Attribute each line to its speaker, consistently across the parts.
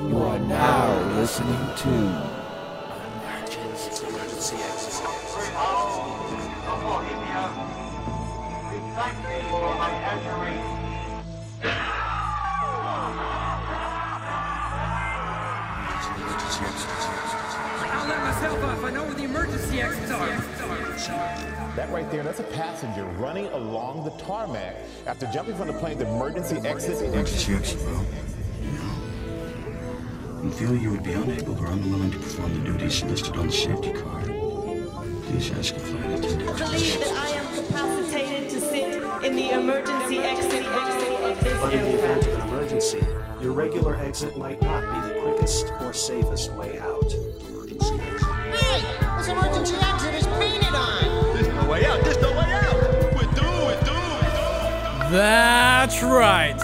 Speaker 1: You are now listening to
Speaker 2: It's an emergency exit. It's an emergency exit.
Speaker 3: I'll let myself off. I know where the emergency exits are.
Speaker 4: That right there, that's a passenger running along the tarmac after jumping from the plane. The emergency exit.
Speaker 2: Emergency exit, bro. No. In theory, you would be unable or unwilling to perform the duties listed on the safety card. Please ask a flight attendant. to
Speaker 5: believe that I am capacitated to sit in the emergency exit row of this
Speaker 6: But in the
Speaker 5: aircraft.
Speaker 6: event of an emergency, your regular exit might not be the quickest or safest way out.
Speaker 2: Emergency exit.
Speaker 7: Hey, this emergency exit is painted on.
Speaker 8: That's right.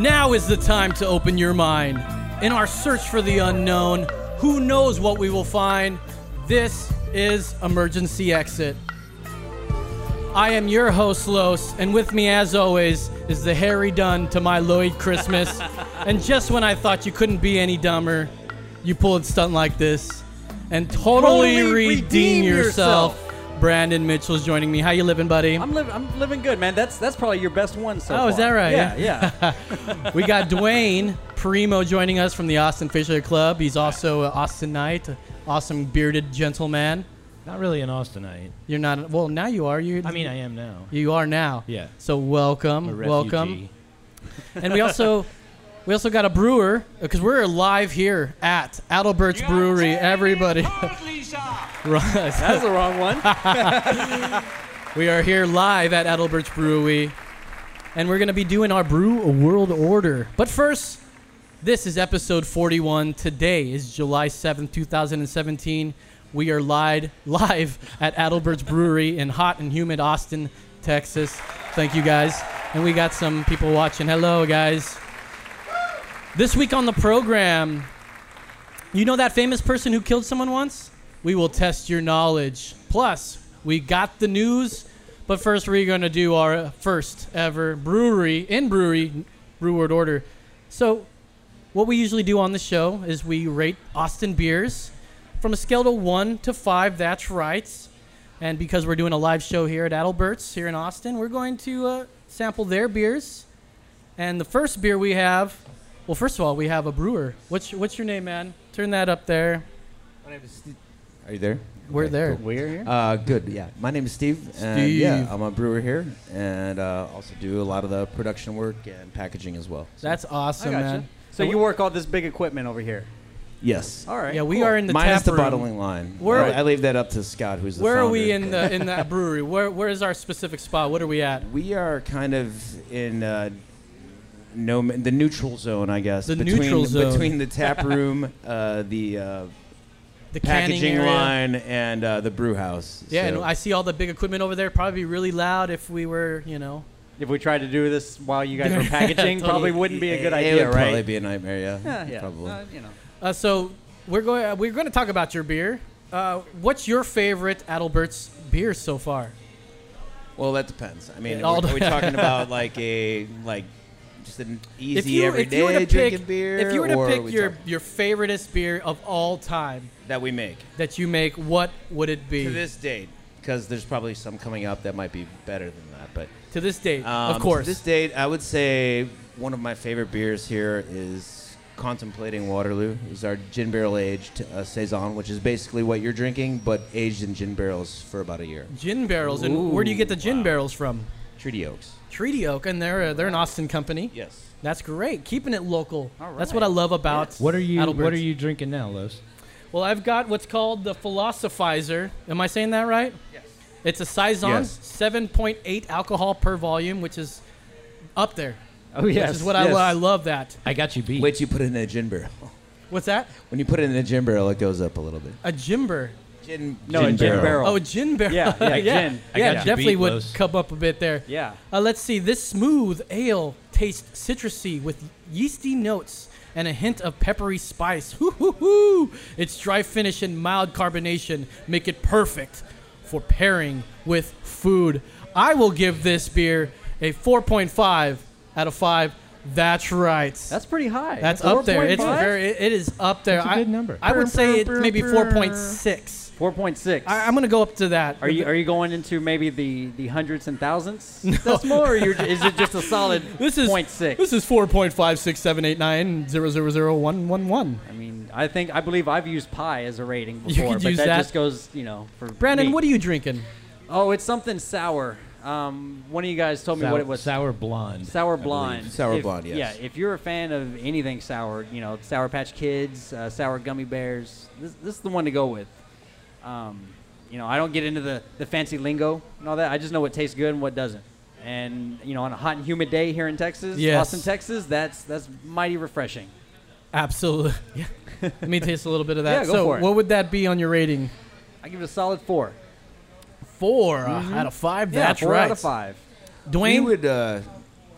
Speaker 8: Now is the time to open your mind. In our search for the unknown, who knows what we will find? This is Emergency Exit. I am your host, Los, and with me, as always, is the Harry Dunn to my Lloyd Christmas. and just when I thought you couldn't be any dumber, you pull a stunt like this and totally,
Speaker 9: Totally
Speaker 8: redeem,
Speaker 9: redeem
Speaker 8: yourself.
Speaker 9: yourself.
Speaker 8: Brandon Mitchell's joining me. How you living, buddy?
Speaker 9: I'm living. I'm living good, man. That's that's probably your best one so
Speaker 8: Oh,
Speaker 9: far.
Speaker 8: is that right?
Speaker 9: Yeah, yeah.
Speaker 8: We got Dwayne Primo joining us from the Austin Fisher Club. He's also an Austinite, awesome bearded gentleman.
Speaker 10: Not really an Austinite.
Speaker 8: You're not well now. You are you.
Speaker 10: I mean, I am now.
Speaker 8: you are now.
Speaker 10: Yeah.
Speaker 8: So welcome,
Speaker 10: I'm a
Speaker 8: welcome.
Speaker 10: refugee.
Speaker 8: And we also, we also got a brewer because we're live here at Adelbert's Brewery. Everybody, Right.
Speaker 9: That's the wrong one.
Speaker 8: we are here live at Adelbert's Brewery, and we're gonna be doing our brew world order. But first, This is episode 41. Today is July 7th, 2017. We are lied, live at Adelbert's Brewery in hot and humid Austin, Texas. Thank you guys. And we got some people watching. Hello, guys. This week on the program, you know that famous person who killed someone once? We will test your knowledge. Plus, we got the news, but first we're going to do our first ever brewery in brewery brew word order. So, what we usually do on the show is we rate Austin beers from a scale to one to five. That's right. And because we're doing a live show here at Adelbert's here in Austin, we're going to uh, sample their beers. And the first beer we have, well, first of all, we have a brewer. What's what's your name, man? Turn that up there.
Speaker 11: Are you there?
Speaker 8: We're
Speaker 11: Okay,
Speaker 8: there.
Speaker 11: cool.
Speaker 8: We're here.
Speaker 11: Uh, good. Yeah, my name is Steve, and yeah,
Speaker 8: Steve.
Speaker 11: I'm a brewer here, and uh, also do a lot of the production work and packaging as well. So-
Speaker 8: That's awesome,
Speaker 9: I gotcha.
Speaker 8: man.
Speaker 9: So you work all this big equipment over here.
Speaker 11: yes.
Speaker 9: All right.
Speaker 8: Yeah, we
Speaker 9: cool.
Speaker 8: are in the
Speaker 11: Minus
Speaker 8: tap
Speaker 11: the
Speaker 8: room.
Speaker 11: bottling line.
Speaker 8: Where-
Speaker 11: I, I leave that up to Scott, who's the
Speaker 8: Where are
Speaker 11: founder.
Speaker 8: we in the in that brewery? Where where is our specific spot? What are we at?
Speaker 11: We are kind of in uh, no ma- the neutral zone, I guess.
Speaker 8: The
Speaker 11: between,
Speaker 8: neutral zone.
Speaker 11: between the tap room, uh, the uh,
Speaker 8: The canning
Speaker 11: packaging
Speaker 8: area?
Speaker 11: line, and uh, the brew house.
Speaker 8: Yeah,
Speaker 11: So-
Speaker 8: and I see all the big equipment over there. Probably really loud if we were, you know.
Speaker 9: If we tried to do this while you guys were packaging,
Speaker 8: Totally.
Speaker 9: probably wouldn't be a good
Speaker 11: it
Speaker 9: idea,
Speaker 11: would Probably
Speaker 9: right?
Speaker 11: be a nightmare. Yeah.
Speaker 9: yeah, yeah.
Speaker 11: Probably.
Speaker 9: Uh, you know.
Speaker 8: Uh, so we're going. We're going to talk about your beer. Uh, what's your favorite Adelbert's beer so far?
Speaker 11: Well, that depends. I mean,
Speaker 8: It all
Speaker 11: are, we- are we talking about like a like just an easy everyday
Speaker 8: were to
Speaker 11: drinking
Speaker 8: pick,
Speaker 11: beer?
Speaker 8: if you were to
Speaker 11: or are
Speaker 8: pick
Speaker 11: we
Speaker 8: your
Speaker 11: talking-
Speaker 8: your favoriteest beer of all time
Speaker 11: that we make
Speaker 8: that you make, what would it be
Speaker 11: to this date, because there's probably some coming up that might be better than that. But
Speaker 8: To this date?
Speaker 11: um,
Speaker 8: of course.
Speaker 11: to this date, I would say one of my favorite beers here is Contemplating Waterloo. Is our gin barrel aged uh, saison, which is basically what you're drinking, but aged in gin barrels for about a year.
Speaker 8: gin barrels, and where do you get the gin barrels from?
Speaker 11: Treaty Oaks.
Speaker 8: Treaty Oak, and they're uh, they're an Austin company.
Speaker 11: Yes.
Speaker 8: That's great. Keeping it local.
Speaker 9: All
Speaker 8: That's
Speaker 9: right.
Speaker 8: what I love about
Speaker 10: What are you? What
Speaker 8: Adelbert's.
Speaker 10: are you drinking now, Los?
Speaker 8: Well, I've got what's called the Philosophizer. Am I saying that right? Yes. It's a Saison,
Speaker 11: Yes.
Speaker 8: 7.8 alcohol per volume, which is up there.
Speaker 10: Oh
Speaker 8: Which is what I,
Speaker 11: yes.
Speaker 8: lo- I love that.
Speaker 10: I got you beat.
Speaker 11: Wait, you put it in a gin barrel.
Speaker 8: What's that?
Speaker 11: When you put it in a gin barrel, it goes up a little bit.
Speaker 8: A gimber.
Speaker 11: Gin,
Speaker 9: No, a gin barrel.
Speaker 8: Oh, a gin barrel.
Speaker 9: Yeah, yeah, gin. I
Speaker 8: yeah
Speaker 10: got you
Speaker 8: definitely
Speaker 10: beat,
Speaker 8: would
Speaker 10: Los.
Speaker 8: come up a bit there.
Speaker 9: Yeah.
Speaker 8: Uh, let's see. This smooth ale tastes citrusy with yeasty notes and a hint of peppery spice. Hoo hoo hoo! Its dry finish and mild carbonation make it perfect for pairing with food. I will give this beer a 4.5 out of 5 That's right.
Speaker 9: That's pretty high.
Speaker 8: That's up there. It's
Speaker 9: 4.5?
Speaker 8: very. It, it is up there.
Speaker 9: That's a
Speaker 8: I-
Speaker 9: good number.
Speaker 8: I would say it's
Speaker 9: Brr, brr,
Speaker 8: maybe
Speaker 9: brr,
Speaker 8: four
Speaker 9: brr.
Speaker 8: point six.
Speaker 9: Four point six.
Speaker 8: I'm gonna go up to that.
Speaker 9: Are you are you going into maybe the, the hundreds and thousands? That's more. Or you're, ju- is it just a solid
Speaker 8: This is
Speaker 9: point six?
Speaker 8: This is four point five six seven eight nine zero zero zero one one one.
Speaker 9: I mean, I think I believe I've used pi as a rating
Speaker 8: You
Speaker 9: before,
Speaker 8: could
Speaker 9: but
Speaker 8: use
Speaker 9: that,
Speaker 8: that.
Speaker 9: just goes, you know, for
Speaker 8: Brandon,
Speaker 9: me.
Speaker 8: what are you drinking?
Speaker 9: Oh, it's something sour. Um, one of you guys told me
Speaker 12: Sour-
Speaker 9: what it was.
Speaker 12: sour blonde,
Speaker 9: Sour
Speaker 12: I believe.
Speaker 9: blonde.
Speaker 12: Sour
Speaker 9: If-
Speaker 12: blonde, yes.
Speaker 9: Yeah. If you're a fan of anything sour, you know, Sour Patch Kids, uh, Sour Gummy Bears, this, this is the one to go with. Um, you know, I don't get into the, the fancy lingo and all that. I just know what tastes good and what doesn't. And you know, on a hot and humid day here in Texas,
Speaker 8: Yes.
Speaker 9: Austin, Texas, that's that's mighty refreshing.
Speaker 8: Absolutely. Yeah. Let me taste a little bit of that.
Speaker 9: Yeah, go
Speaker 8: so,
Speaker 9: for it.
Speaker 8: what would that be on your rating?
Speaker 9: I give it a solid four.
Speaker 8: 4
Speaker 9: Mhm.
Speaker 8: uh, out of five.
Speaker 9: Yeah,
Speaker 8: That's
Speaker 9: four
Speaker 8: right.
Speaker 9: out of five.
Speaker 8: Dwayne?
Speaker 11: We would. Uh,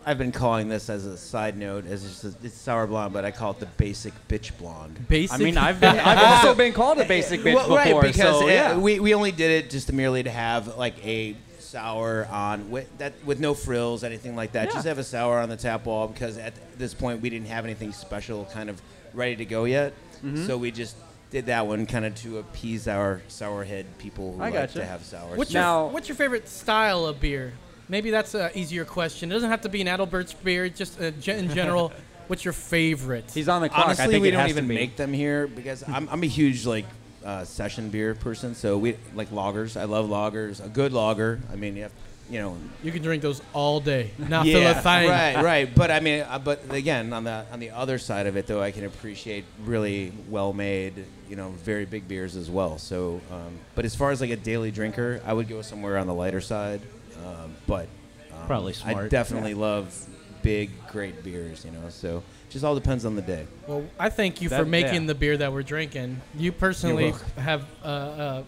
Speaker 11: I've been calling this as a side note, as just a, it's sour blonde, but I call it the basic bitch blonde.
Speaker 9: I mean, I've been I've also been called a basic bitch
Speaker 11: well,
Speaker 9: before.
Speaker 11: right, because
Speaker 9: so,
Speaker 11: uh,
Speaker 9: yeah.
Speaker 11: we, we only did it just to merely to have like a sour on with that with no frills anything like that
Speaker 9: Yeah.
Speaker 11: just have a sour on the tap wall because at this point we didn't have anything special kind of ready to go yet
Speaker 9: Mhm.
Speaker 11: so we just did that one kind of to appease our sour head people who
Speaker 8: I
Speaker 11: like
Speaker 8: gotcha.
Speaker 11: to have sour
Speaker 8: What's your, what's your favorite style of beer? Maybe that's an easier question. It doesn't have to be an Adalbert's beer, just uh, gen- in general. what's your favorite?
Speaker 9: He's on the
Speaker 11: Honestly, we don't even make them here because I'm, I'm a huge like uh, session beer person. So we like lagers. I love lagers. A good lager. I mean, you, have, you know.
Speaker 8: You can drink those all day. Not feel
Speaker 11: yeah,
Speaker 8: a thing.
Speaker 11: right, right. But I mean, uh, but again, on the on the other side of it, though, I can appreciate really well made, you know, very big beers as well. So, um, but as far as like a daily drinker, I would go somewhere on the lighter side. Um, but um,
Speaker 12: Probably
Speaker 11: I
Speaker 12: smart.
Speaker 11: definitely love big, great beers. You know, so just all depends on the day.
Speaker 8: Well, I thank you for
Speaker 11: That-
Speaker 8: making
Speaker 11: yeah.
Speaker 8: the beer that we're drinking. You personally
Speaker 11: welcome.
Speaker 8: have uh, uh,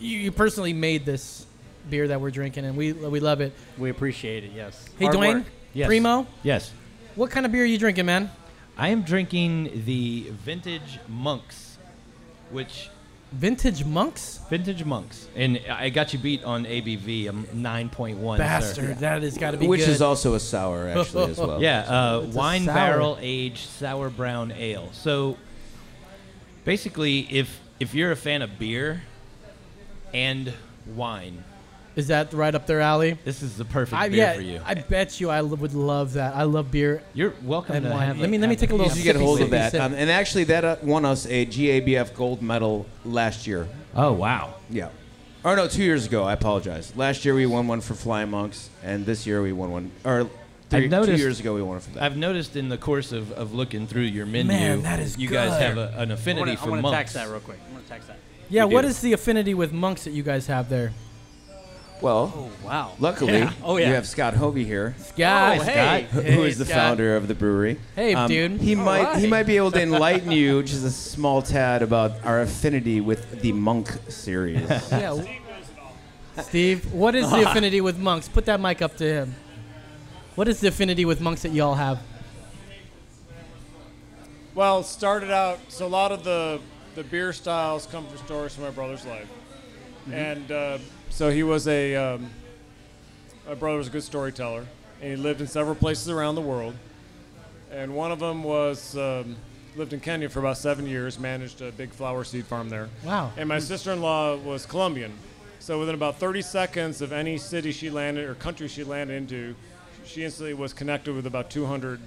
Speaker 8: you, you personally made this beer that we're drinking, and we we love it.
Speaker 9: We appreciate it. Yes.
Speaker 8: Hey,
Speaker 12: Hard
Speaker 8: Dwayne.
Speaker 12: work. Yes.
Speaker 8: Primo.
Speaker 12: Yes.
Speaker 8: What kind of beer are you drinking, man?
Speaker 12: I am drinking the vintage monks, which
Speaker 8: vintage monks.
Speaker 12: Vintage monks, and I got you beat on ABV. I'm nine point one.
Speaker 8: Bastard, that has gotta be
Speaker 11: Which
Speaker 8: good.
Speaker 11: is also a sour, actually, as well.
Speaker 12: Yeah, uh,
Speaker 11: It's a
Speaker 12: wine
Speaker 11: sour.
Speaker 12: barrel aged sour brown ale. So basically, if if you're a fan of beer and wine,
Speaker 8: Is that right up their alley?
Speaker 12: This is the perfect
Speaker 8: I,
Speaker 12: beer
Speaker 8: yeah,
Speaker 12: for you.
Speaker 8: I bet you I lo- would love that. I love beer.
Speaker 12: You're welcome
Speaker 8: and
Speaker 12: to
Speaker 8: wine.
Speaker 12: have
Speaker 8: Let
Speaker 12: a-
Speaker 8: me let me
Speaker 12: have
Speaker 8: take a
Speaker 12: a-
Speaker 8: little.
Speaker 11: You should get
Speaker 8: sippy,
Speaker 11: a hold
Speaker 8: sippy,
Speaker 11: of that.
Speaker 8: sip.
Speaker 11: Um, and actually, that uh, won us a GABF gold medal last year.
Speaker 12: Oh, wow.
Speaker 11: Yeah. Or no, two years ago. I apologize. Last year we won one for Flying Monks, and this year we won one. Or three,
Speaker 12: I've noticed-
Speaker 11: two years ago we won it for that.
Speaker 12: I've noticed in the course of, of looking through your menu,
Speaker 8: Man, that is
Speaker 12: you guys
Speaker 8: good.
Speaker 12: have a, an affinity
Speaker 9: I wanna-
Speaker 12: for
Speaker 9: I wanna
Speaker 12: monks.
Speaker 9: tax that real quick. I'm gonna tax that.
Speaker 8: yeah,
Speaker 12: you
Speaker 8: what
Speaker 12: do.
Speaker 8: is the affinity with monks that you guys have there?
Speaker 11: Well,
Speaker 9: Oh, wow.
Speaker 11: Luckily,
Speaker 8: Yeah. Oh, yeah.
Speaker 11: you have Scott Hovey here.
Speaker 8: Scott. Oh, hey.
Speaker 11: who-
Speaker 8: Hey,
Speaker 11: who is the
Speaker 8: Scott.
Speaker 11: founder of the brewery. Um,
Speaker 8: Hey, dude.
Speaker 11: He
Speaker 8: All
Speaker 11: might he
Speaker 8: right.
Speaker 11: might be able to enlighten you just a small tad about our affinity with the Monk series.
Speaker 8: Yeah. w- Steve, what is the affinity with monks? Put that mic up to him. What is the affinity with monks that y'all have?
Speaker 10: Well, started out so a lot of the the beer styles come from stories from my brother's life,
Speaker 13: Mhm.
Speaker 10: and uh, so he was a um, my brother was a good storyteller, and he lived in several places around the world, and one of them was. Um, Lived in Kenya for about seven years, managed a big flower seed farm there.
Speaker 8: Wow.
Speaker 10: And my sister in law was Colombian. So within about 30 seconds of any city she landed or country she landed into, she instantly was connected with about 200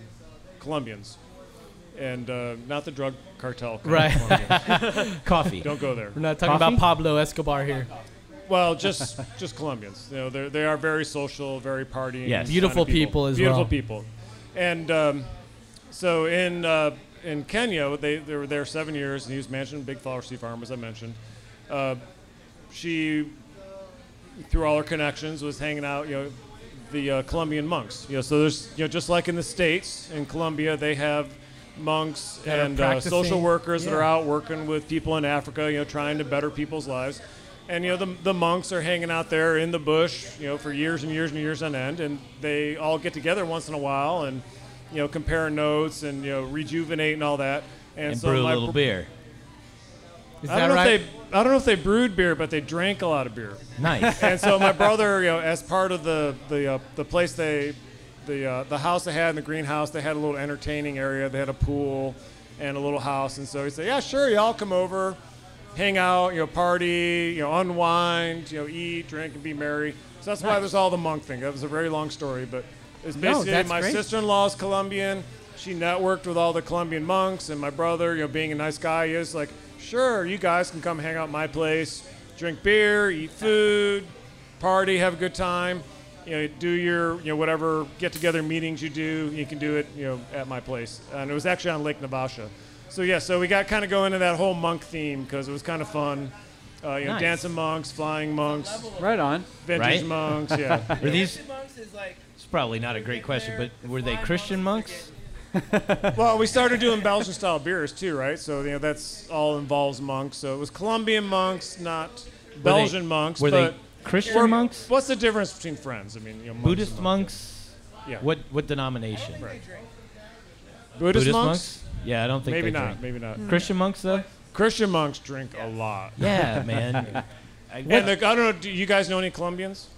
Speaker 10: Colombians. And uh, not the drug cartel. kind of
Speaker 8: Right.
Speaker 10: Colombians.
Speaker 8: Coffee.
Speaker 10: Don't go there.
Speaker 8: We're not talking about Pablo Escobar here.
Speaker 10: Well, just just Colombians. You know, they they are very social, very partying.
Speaker 8: Yes.
Speaker 10: kind
Speaker 8: Beautiful
Speaker 10: of people.
Speaker 8: people as
Speaker 10: Beautiful
Speaker 8: well.
Speaker 10: people, and um, so in uh, in Kenya, they they were there seven years, and he was managing a big flower seed farm, as I mentioned. Uh, she, through all her connections, was hanging out. You know. The uh, Colombian monks, you know, so there's, you know, just like in the states, in Colombia, they have monks
Speaker 13: That are
Speaker 10: and uh, social
Speaker 13: practicing.
Speaker 10: workers that are
Speaker 13: Yeah.
Speaker 10: out out working with people in Africa, you know, trying to better people's lives. And you know, the, the monks are hanging out there in the bush, you know, for years and years and years on end, and they all get together once in a while and you know compare notes and you know rejuvenate and all that. And,
Speaker 12: And
Speaker 10: so
Speaker 12: brew a
Speaker 10: my
Speaker 12: little
Speaker 10: br-
Speaker 12: beer. Is
Speaker 10: I don't
Speaker 12: that
Speaker 10: know
Speaker 12: right?
Speaker 10: if they I don't know if they brewed beer, but they drank a lot of beer.
Speaker 12: Nice.
Speaker 10: and so my brother, you know, as part of the the uh, the place they the uh, the house they had in the greenhouse. They had a little entertaining area. They had a pool and a little house. And so he said, "Yeah, sure, y'all come over, hang out, you know, party, you know, unwind, you know, eat, drink, and be merry." So that's why
Speaker 14: Nice.
Speaker 10: there's all the monk thing. That was a very long story, but it's
Speaker 14: No,
Speaker 10: basically
Speaker 14: that's
Speaker 10: my
Speaker 14: great.
Speaker 10: sister-in-law is Colombian. She networked with all the Colombian monks, and my brother, you know, being a nice guy, he is like, "Sure, you guys can come hang out at my place, drink beer, eat food, party, have a good time." you know, do your, you know, whatever get together meetings you do, you can do it, you know, at my place. And it was actually on Lake Navasha. So, yeah, so we got kind of going into that whole monk theme because it was kind of fun. Uh, you know,
Speaker 9: Nice.
Speaker 10: dancing monks, flying monks.
Speaker 9: Right on.
Speaker 10: Vintage
Speaker 11: Right?
Speaker 10: monks, yeah.
Speaker 11: Were these? It's probably not a great question, but were they Christian monks?
Speaker 10: well, we started doing Belgian style beers too, right? So, you know, that's all involves monks. So it was Colombian monks, not
Speaker 11: they-
Speaker 10: Belgian monks.
Speaker 11: were they
Speaker 10: but
Speaker 11: Christian
Speaker 10: We're-
Speaker 11: monks?
Speaker 10: What's the difference between friends? I mean, you know, monks and
Speaker 11: Buddhist monks.
Speaker 10: Yeah.
Speaker 11: What what denomination?
Speaker 10: Buddhist,
Speaker 11: Buddhist
Speaker 10: monks?
Speaker 11: monks? Yeah, I don't think
Speaker 10: maybe
Speaker 11: they
Speaker 10: not.
Speaker 11: drink.
Speaker 10: Maybe not.
Speaker 11: Mm. Christian monks though.
Speaker 10: Christian monks drink a lot.
Speaker 11: Yeah, man. I-
Speaker 10: and the, I don't know. Do you guys know any Colombians?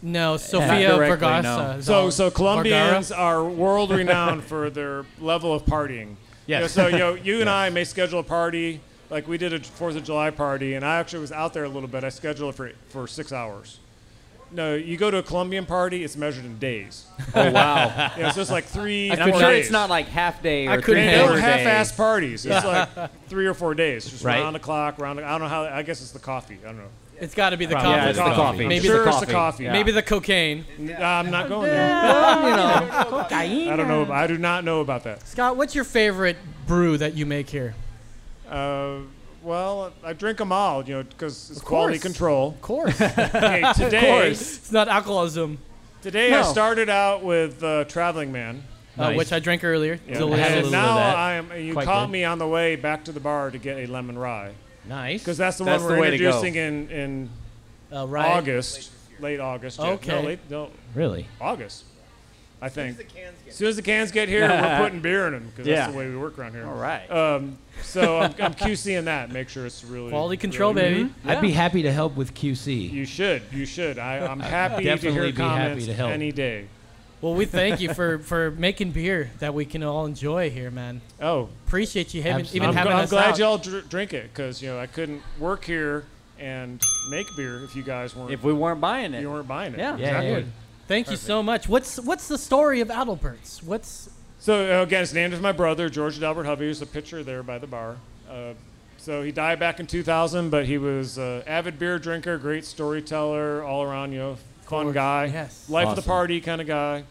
Speaker 8: No, Sofia
Speaker 10: directly,
Speaker 8: Vergara.
Speaker 10: no.
Speaker 8: is
Speaker 10: So
Speaker 8: all-
Speaker 10: so Colombians
Speaker 8: Vergara.
Speaker 10: are world renowned for their level of partying. Yeah.
Speaker 11: Yes.
Speaker 10: so you know, you and I may schedule a party. Like we did a Fourth of July party, and I actually was out there a little bit. I scheduled it for for six hours. No, you go to a Colombian party; it's measured in days.
Speaker 9: Oh, wow.
Speaker 10: yeah, so it's like three.
Speaker 9: And
Speaker 10: four
Speaker 9: I'm sure
Speaker 10: days.
Speaker 9: it's not like half day or
Speaker 10: I couldn't
Speaker 9: three
Speaker 10: they don't
Speaker 9: quarter day.
Speaker 10: half-ass parties. It's
Speaker 9: Yeah.
Speaker 10: like three or four days, just
Speaker 9: Right.
Speaker 10: round the clock, round. The, I don't know how. I guess it's the coffee. I don't know.
Speaker 8: It's got to be the
Speaker 10: Probably.
Speaker 8: coffee.
Speaker 10: Yeah, it's the coffee.
Speaker 8: Maybe
Speaker 10: Sure
Speaker 8: the
Speaker 10: it's
Speaker 8: coffee.
Speaker 10: the coffee. Yeah.
Speaker 8: Maybe the cocaine.
Speaker 10: I'm not going
Speaker 8: Well, you know,
Speaker 10: I don't know. I do not know about that.
Speaker 8: Scott, what's your favorite brew that you make here?
Speaker 10: Uh, well, I drink them all, you know, because it's
Speaker 8: Of
Speaker 10: quality
Speaker 8: course.
Speaker 10: control.
Speaker 8: Of course.
Speaker 10: okay,
Speaker 8: Of
Speaker 10: today,
Speaker 8: course. It's not alcoholism.
Speaker 10: Today I
Speaker 8: No.
Speaker 10: started out with uh, Traveling Man.
Speaker 8: Uh, Nice. which I drank earlier.
Speaker 10: Yeah.
Speaker 8: Delicious. I had a
Speaker 10: And
Speaker 8: little of
Speaker 10: now
Speaker 8: that.
Speaker 10: I am. You
Speaker 8: Quite
Speaker 10: caught
Speaker 8: good.
Speaker 10: me on the way back to the bar to get a lemon rye.
Speaker 11: Nice.
Speaker 10: Because that's the
Speaker 11: That's
Speaker 10: one
Speaker 11: the
Speaker 10: we're
Speaker 11: way to go.
Speaker 10: introducing in in
Speaker 8: Uh, rye?
Speaker 10: August, late August. yeah.
Speaker 11: Okay.
Speaker 10: No, late, no.
Speaker 11: Really?
Speaker 10: August. I think. As soon as the cans get here, we're putting beer in them because
Speaker 11: Yeah.
Speaker 10: that's the way we work around here.
Speaker 11: All right.
Speaker 9: Uh,
Speaker 10: Um, so I'm, I'm QCing that. Make sure it's really
Speaker 8: Quality control,
Speaker 10: really-
Speaker 8: baby. Mm-hmm.
Speaker 11: I'd be happy to help with QC.
Speaker 10: You should. You should. I, I'm
Speaker 11: I'd
Speaker 10: happy to
Speaker 11: definitely
Speaker 10: hear
Speaker 11: be happy
Speaker 10: comments
Speaker 11: to help.
Speaker 10: any day.
Speaker 8: Well, we thank you for, for making beer that we can all enjoy here, man.
Speaker 10: Oh,
Speaker 8: appreciate you having, even
Speaker 10: I'm,
Speaker 8: having
Speaker 10: I'm
Speaker 8: us
Speaker 10: glad
Speaker 8: out.
Speaker 10: y'all dr- drink it because you know I couldn't work here and make beer if you guys weren't.
Speaker 9: If we weren't buying it.
Speaker 10: you weren't buying it.
Speaker 9: Yeah.
Speaker 10: exactly.
Speaker 8: Thank you so much. What's what's the story of Adelbert's? What's
Speaker 10: So uh, again, it's named after my brother, George Albert Hovey, who's a pitcher there by the bar. Uh, so he died back in 2000, but he was an avid beer drinker, great storyteller, all around, you know, fun
Speaker 8: course.
Speaker 10: guy,
Speaker 8: Yes.
Speaker 10: life of
Speaker 8: Awesome.
Speaker 10: the party kind of guy.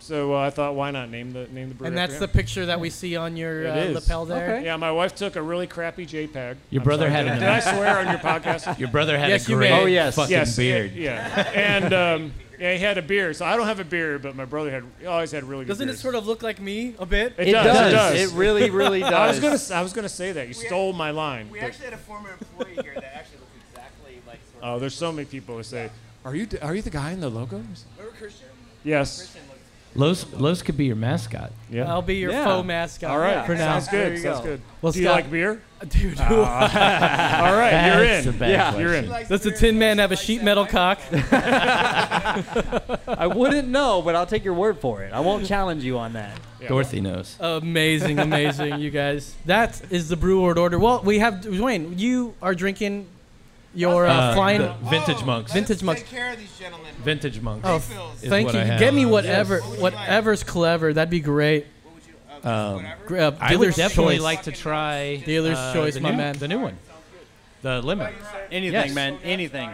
Speaker 10: So uh, I thought, why not name the name the brewery?
Speaker 8: and
Speaker 10: after
Speaker 8: that's the
Speaker 10: him?
Speaker 8: picture that we see on your
Speaker 10: It
Speaker 8: uh,
Speaker 10: is.
Speaker 8: lapel there.
Speaker 10: Yeah, my wife took a really crappy JPEG.
Speaker 11: Your
Speaker 10: I'm
Speaker 11: brother
Speaker 10: sorry,
Speaker 11: had
Speaker 10: did,
Speaker 11: an
Speaker 10: Did I swear on your podcast?
Speaker 11: Your brother had Yes, a you great may. Oh, yes. fucking
Speaker 10: Yes,
Speaker 11: beard.
Speaker 10: Yeah, and um, yeah, he had a beard. So I don't have a beard, but my brother had he always had really good.
Speaker 8: Doesn't it
Speaker 10: beards.
Speaker 8: sort of look like me a bit?
Speaker 10: It, does, It does. I was gonna. s- I was gonna say that. You stole my line.
Speaker 14: We
Speaker 10: but-
Speaker 14: actually had a former employee here that actually looked exactly like. Sort
Speaker 10: oh, there's so many people who say, "Are you? d- Are you the guy in the logo?"
Speaker 14: Remember Christian?
Speaker 10: Yes.
Speaker 11: Los Los could be your mascot.
Speaker 10: Yeah.
Speaker 8: I'll be your
Speaker 10: Yeah.
Speaker 8: faux mascot.
Speaker 10: All right.
Speaker 8: Yeah.
Speaker 10: For now. Sounds good,
Speaker 8: There you
Speaker 10: sounds
Speaker 8: go.
Speaker 10: good.
Speaker 8: Well,
Speaker 10: Do you
Speaker 8: Scott-
Speaker 10: like beer?
Speaker 8: Dude.
Speaker 10: Ah. All right, you're That's in. a bad Yeah, you're question. in.
Speaker 8: Does the Tin Man have a sheet metal cock?
Speaker 9: I wouldn't know, but I'll take your word for it. I won't challenge you on that.
Speaker 11: Dorothy knows.
Speaker 8: Amazing, amazing, you guys. That is the brew Award order. Well, we have Dwayne. You are drinking your uh,
Speaker 11: Uh,
Speaker 8: flying
Speaker 11: the vintage
Speaker 10: Oh,
Speaker 11: monks.
Speaker 8: Vintage monks.
Speaker 11: Vintage monks.
Speaker 8: Oh,
Speaker 11: is
Speaker 8: thank
Speaker 11: what
Speaker 8: you.
Speaker 11: I have.
Speaker 8: Get me whatever, whatever's clever. That'd be great.
Speaker 11: Um,
Speaker 8: Gr- uh,
Speaker 11: I would
Speaker 8: dealer's
Speaker 11: definitely
Speaker 8: choice.
Speaker 11: like to try
Speaker 8: Dealer's
Speaker 11: uh,
Speaker 8: choice,
Speaker 11: the
Speaker 8: my
Speaker 11: new-
Speaker 8: man.
Speaker 11: The new one, the lemon.
Speaker 9: Anything,
Speaker 11: Yes.
Speaker 9: man. Anything.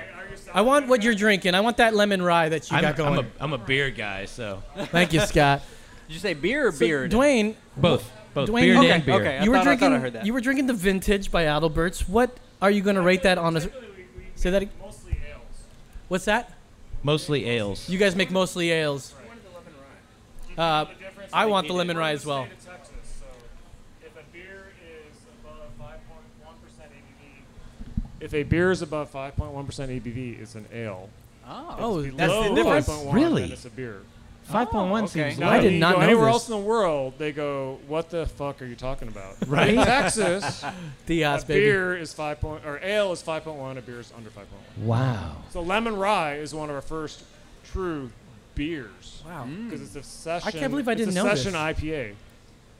Speaker 8: I want what you're drinking. I want that lemon rye that you
Speaker 11: I'm,
Speaker 8: got going.
Speaker 11: I'm a, I'm a beer guy, so.
Speaker 8: Thank you, Scott.
Speaker 9: Did you say beer or
Speaker 8: So,
Speaker 9: beard?
Speaker 8: Dwayne.
Speaker 11: Both. Both.
Speaker 8: Dwayne,
Speaker 11: Beard
Speaker 8: okay,
Speaker 11: and beer.
Speaker 8: Okay,
Speaker 9: I
Speaker 8: you were
Speaker 9: thought- I thought I
Speaker 8: drinking.
Speaker 9: heard that.
Speaker 8: You were drinking the vintage by Adelberts. What are you going to rate that on? A, say that. ag- What's that?
Speaker 11: Mostly ales.
Speaker 8: You guys make mostly ales. Uh, I want the lemon rye as well.
Speaker 10: If a beer is above 5.1 percent ABV, it's an ale.
Speaker 9: Oh,
Speaker 8: Oh,
Speaker 10: If it's
Speaker 8: that's the
Speaker 10: below
Speaker 8: difference. Oh,
Speaker 10: 5.1,
Speaker 8: Really?
Speaker 10: then It's a beer.
Speaker 11: 5.1 seems
Speaker 10: Now,
Speaker 11: low. I
Speaker 10: if
Speaker 11: did
Speaker 10: you
Speaker 11: not
Speaker 10: go
Speaker 11: know
Speaker 10: Anywhere
Speaker 11: this.
Speaker 10: else in the world, they go, "What the fuck are you talking about?"
Speaker 11: Right?
Speaker 10: In Texas,
Speaker 8: Diaz,
Speaker 10: a
Speaker 8: baby.
Speaker 10: beer is five point, or ale is 5.1, a beer is under 5.1.
Speaker 11: Wow.
Speaker 10: So lemon rye is one of our first true
Speaker 15: beers. Wow. Because it's a session.
Speaker 8: Mm. I can't believe I
Speaker 15: it's
Speaker 8: didn't
Speaker 15: a
Speaker 8: know this.
Speaker 15: session IPA.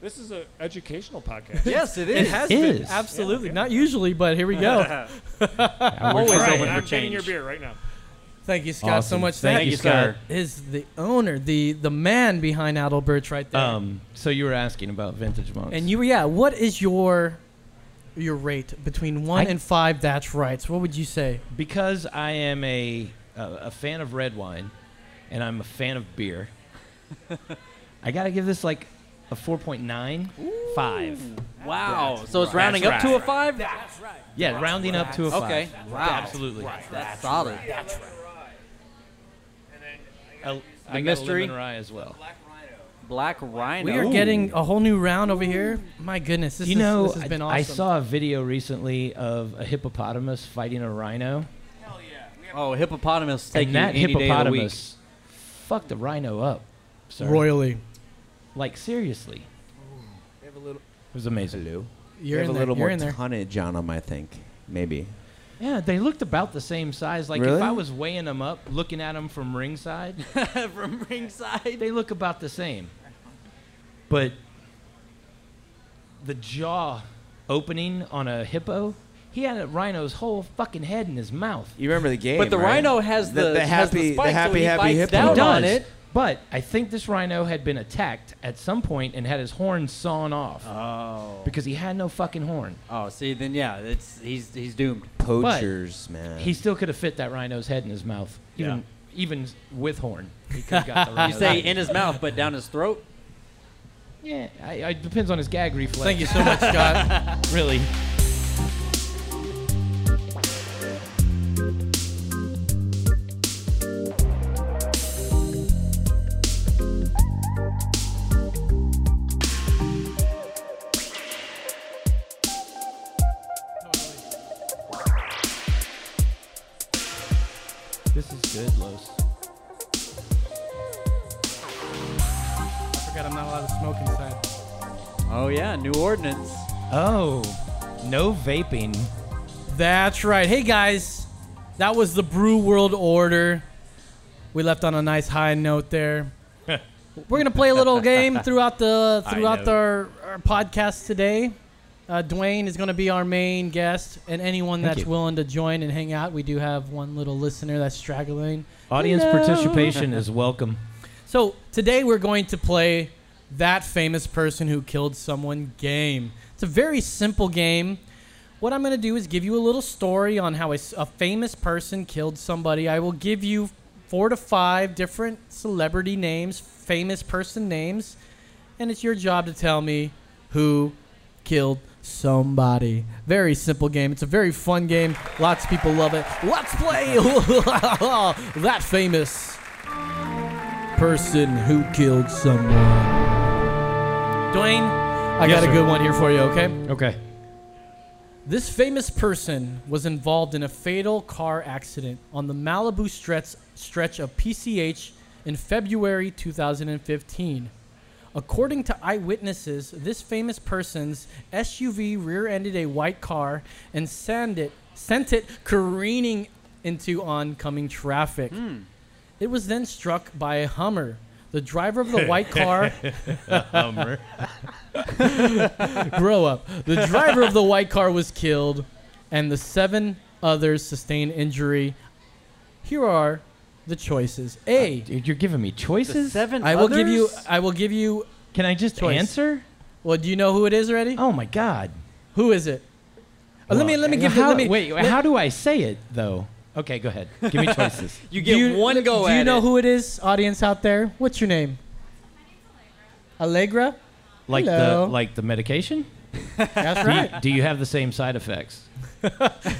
Speaker 15: This is an educational podcast.
Speaker 8: Yes, it It is. has been. Absolutely. Not usually, but here we go.
Speaker 15: Yeah,
Speaker 8: I'm
Speaker 15: we're
Speaker 8: always
Speaker 15: trying.
Speaker 8: open for
Speaker 15: I'm getting your
Speaker 8: change.
Speaker 15: beer right now.
Speaker 8: Thank you, Scott, so
Speaker 10: Awesome.
Speaker 8: much.
Speaker 10: Thank
Speaker 8: That
Speaker 10: you, Scott.
Speaker 8: Is the owner, the the man behind Adalberts right there.
Speaker 10: Um, so you were asking about vintage monks.
Speaker 8: and you, were- yeah, what is your your rate between one
Speaker 10: I-
Speaker 8: and five? That's right. So what would you say?
Speaker 10: because I am a a, a fan of red wine, and I'm a fan of beer. I gotta give this like a 4.9 five.
Speaker 9: Wow. so it's rounding up to a five. That's right.
Speaker 10: Yeah, rounding up to a five.
Speaker 9: Okay. Wow.
Speaker 10: Absolutely.
Speaker 9: That's,
Speaker 10: That's
Speaker 9: solid.
Speaker 10: right. That's A- I
Speaker 9: The
Speaker 10: got a
Speaker 9: mystery.
Speaker 10: lemon rye as well.
Speaker 9: Black Rhino.
Speaker 8: We are getting a whole new round over here. My goodness, this,
Speaker 10: you
Speaker 8: is,
Speaker 10: know,
Speaker 8: this has been
Speaker 10: I,
Speaker 8: awesome.
Speaker 10: I saw a video recently of a hippopotamus fighting a rhino,
Speaker 9: Oh, hippopotamus taking
Speaker 10: and that
Speaker 9: any day of the week.
Speaker 10: hippopotamus fucked the rhino up, sir.
Speaker 8: Royally.
Speaker 10: Like seriously, it was amazing.
Speaker 8: You're
Speaker 11: I have
Speaker 8: in
Speaker 11: a
Speaker 8: there,
Speaker 11: little
Speaker 8: you're
Speaker 11: more
Speaker 8: in there.
Speaker 11: tonnage on them, I think. Maybe.
Speaker 10: Yeah, they looked about the same size. Like
Speaker 11: Really?
Speaker 10: if I was weighing them up, looking at them from ringside,
Speaker 9: from ringside,
Speaker 10: they look about the same. But the jaw opening on a hippo, he had a rhino's whole fucking head in his mouth.
Speaker 11: You remember the game?
Speaker 10: But the
Speaker 11: right?
Speaker 10: rhino has
Speaker 11: the,
Speaker 10: the- has the
Speaker 11: happy,
Speaker 10: spike, so
Speaker 11: happy,
Speaker 10: he
Speaker 11: happy
Speaker 10: bites
Speaker 11: hippo.
Speaker 10: down on it. But I think this rhino had been attacked at some point and had his horn sawn off.
Speaker 9: Oh.
Speaker 10: Because he had no fucking horn.
Speaker 9: Oh, see, then yeah, it's he's he's doomed.
Speaker 11: Poachers, man.
Speaker 10: He still could have fit that rhino's head in his mouth. Even even with horn. He could have got the
Speaker 9: you
Speaker 10: rhino's
Speaker 9: say
Speaker 10: head.
Speaker 9: in his mouth, but down his throat.
Speaker 10: Yeah, I, it depends on his gag reflex.
Speaker 9: Thank you so much, Scott.
Speaker 10: really. This is good, Los.
Speaker 8: I forgot I'm not allowed to smoke inside.
Speaker 9: Oh yeah, new ordinance.
Speaker 10: Oh, no vaping.
Speaker 8: That's right. Hey guys, that was the Brew World Order. We left on a nice high note there. We're gonna play a little game throughout the
Speaker 10: High
Speaker 8: throughout
Speaker 10: note.
Speaker 8: our, our podcast today. Uh, Dwayne is gonna be our main guest, and anyone
Speaker 10: Thank
Speaker 8: that's
Speaker 10: you.
Speaker 8: willing to join and hang out, we do have one little listener that's straggling.
Speaker 10: Audience
Speaker 8: Hello.
Speaker 10: participation is welcome.
Speaker 8: So today we're going to play that famous person who killed someone game. It's a very simple game. What I'm going to do is give you a little story on how a, s- a famous person killed somebody. I will give you four to five different celebrity names, famous person names, and it's your job to tell me who killed somebody. Very simple game. It's a very fun game. Lots of people love it. Let's play that famous person who killed someone. Dwayne, I
Speaker 10: Yes,
Speaker 8: got a
Speaker 10: sir.
Speaker 8: good one here for you, okay?
Speaker 10: Okay.
Speaker 8: This famous person was involved in a fatal car accident on the Malibu stretch, stretch of PCH in February 2015. According to eyewitnesses, this famous person's SUV rear-ended a white car and sent it, sent it careening into oncoming traffic.
Speaker 10: Hmm.
Speaker 8: It was then struck by a Hummer. The driver of the white car
Speaker 10: A Hummer.
Speaker 8: Grow up. The driver of the white car was killed, and the seven others sustained injury. Here are the choices. A.
Speaker 10: Dude, you're giving me choices.
Speaker 9: seven.
Speaker 8: Uh, I will give you. I will give you.
Speaker 10: Can I just answer?
Speaker 8: Well, do you know who it is already?
Speaker 10: Oh my God.
Speaker 8: Who is it? Uh, let me.
Speaker 10: Well,
Speaker 8: Let me give.
Speaker 10: how,
Speaker 8: you, let me,
Speaker 10: wait.
Speaker 8: let-
Speaker 10: how do I say it though? Okay, go ahead. Give me choices.
Speaker 9: You
Speaker 8: do
Speaker 9: get one
Speaker 8: let-
Speaker 9: go
Speaker 8: Do you
Speaker 9: at
Speaker 8: know
Speaker 9: it.
Speaker 8: who it is, audience out there? What's your name? Allegra.
Speaker 10: like
Speaker 8: Hello.
Speaker 10: the like the medication.
Speaker 8: That's
Speaker 10: Do you,
Speaker 8: right.
Speaker 10: do you have the same side effects? Good.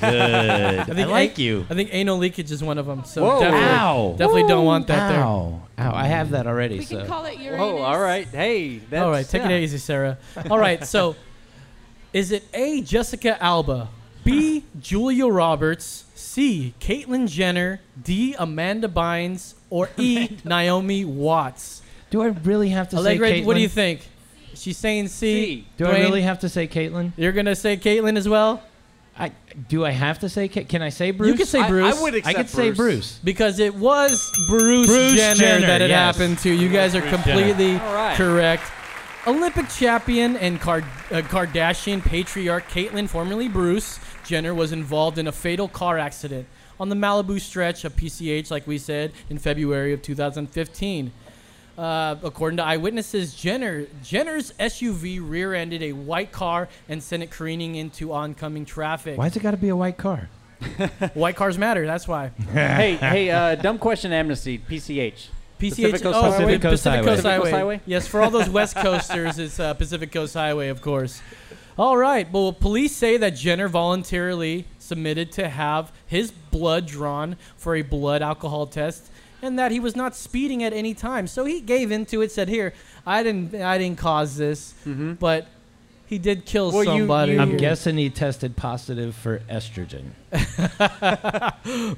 Speaker 10: I, like
Speaker 8: a-
Speaker 10: you.
Speaker 8: I think anal leakage is one of them. So
Speaker 10: Whoa.
Speaker 8: definitely,
Speaker 10: Ow.
Speaker 8: definitely don't want that
Speaker 10: Ow. Ow. I have that already.
Speaker 8: We
Speaker 10: so.
Speaker 8: can
Speaker 16: Call it your.
Speaker 9: Oh, all right. Hey,
Speaker 8: there.
Speaker 9: that's,
Speaker 8: All right, take
Speaker 9: yeah.
Speaker 8: it easy, Sarah. All right, so is it A. Jessica Alba, B. Julia Roberts, C. Caitlyn Jenner, D. Amanda Bynes, or E. Naomi Watts?
Speaker 10: Do I really have to
Speaker 8: Allegra,
Speaker 10: say Caitlin?
Speaker 8: what do you think? She's saying C.
Speaker 10: Do I
Speaker 8: Dwayne,
Speaker 10: really have to say Caitlin?
Speaker 8: You're gonna say Caitlyn as well?
Speaker 10: I do I have to say? Ca- Can I say Bruce?
Speaker 8: You could say Bruce.
Speaker 10: I could say Bruce.
Speaker 8: because it was Bruce,
Speaker 10: Bruce
Speaker 8: Jenner,
Speaker 10: Jenner,
Speaker 8: that it
Speaker 10: yes.
Speaker 8: happened to. You guys are
Speaker 10: Bruce Jenner.
Speaker 8: completely
Speaker 10: All right.
Speaker 8: correct. Olympic champion and Kar- uh, Kardashian patriarch Caitlyn, formerly Bruce Jenner, was involved in a fatal car accident on the Malibu stretch of PCH, like we said, in February of 2015. Uh, according to eyewitnesses, Jenner Jenner's SUV rear-ended a white car and sent it careening into oncoming traffic.
Speaker 10: Why's it got to be a white car?
Speaker 8: White cars matter. That's why.
Speaker 9: hey, hey, uh, dumb question amnesty, PCH.
Speaker 8: PCH.
Speaker 9: Pacific Coast
Speaker 8: oh,
Speaker 9: Highway?
Speaker 8: Pacific Coast Highway.
Speaker 9: Pacific Coast Highway?
Speaker 8: Yes, for all those West Coasters, it's uh, Pacific Coast Highway, of course. All right. Well, police say that Jenner voluntarily submitted to have his blood drawn for a blood alcohol test, and that he was not speeding at any time. So he gave into it. Said, "Here, I didn't, I didn't cause this, but he did kill somebody."
Speaker 10: Mm-hmm. I'm guessing he tested positive for estrogen.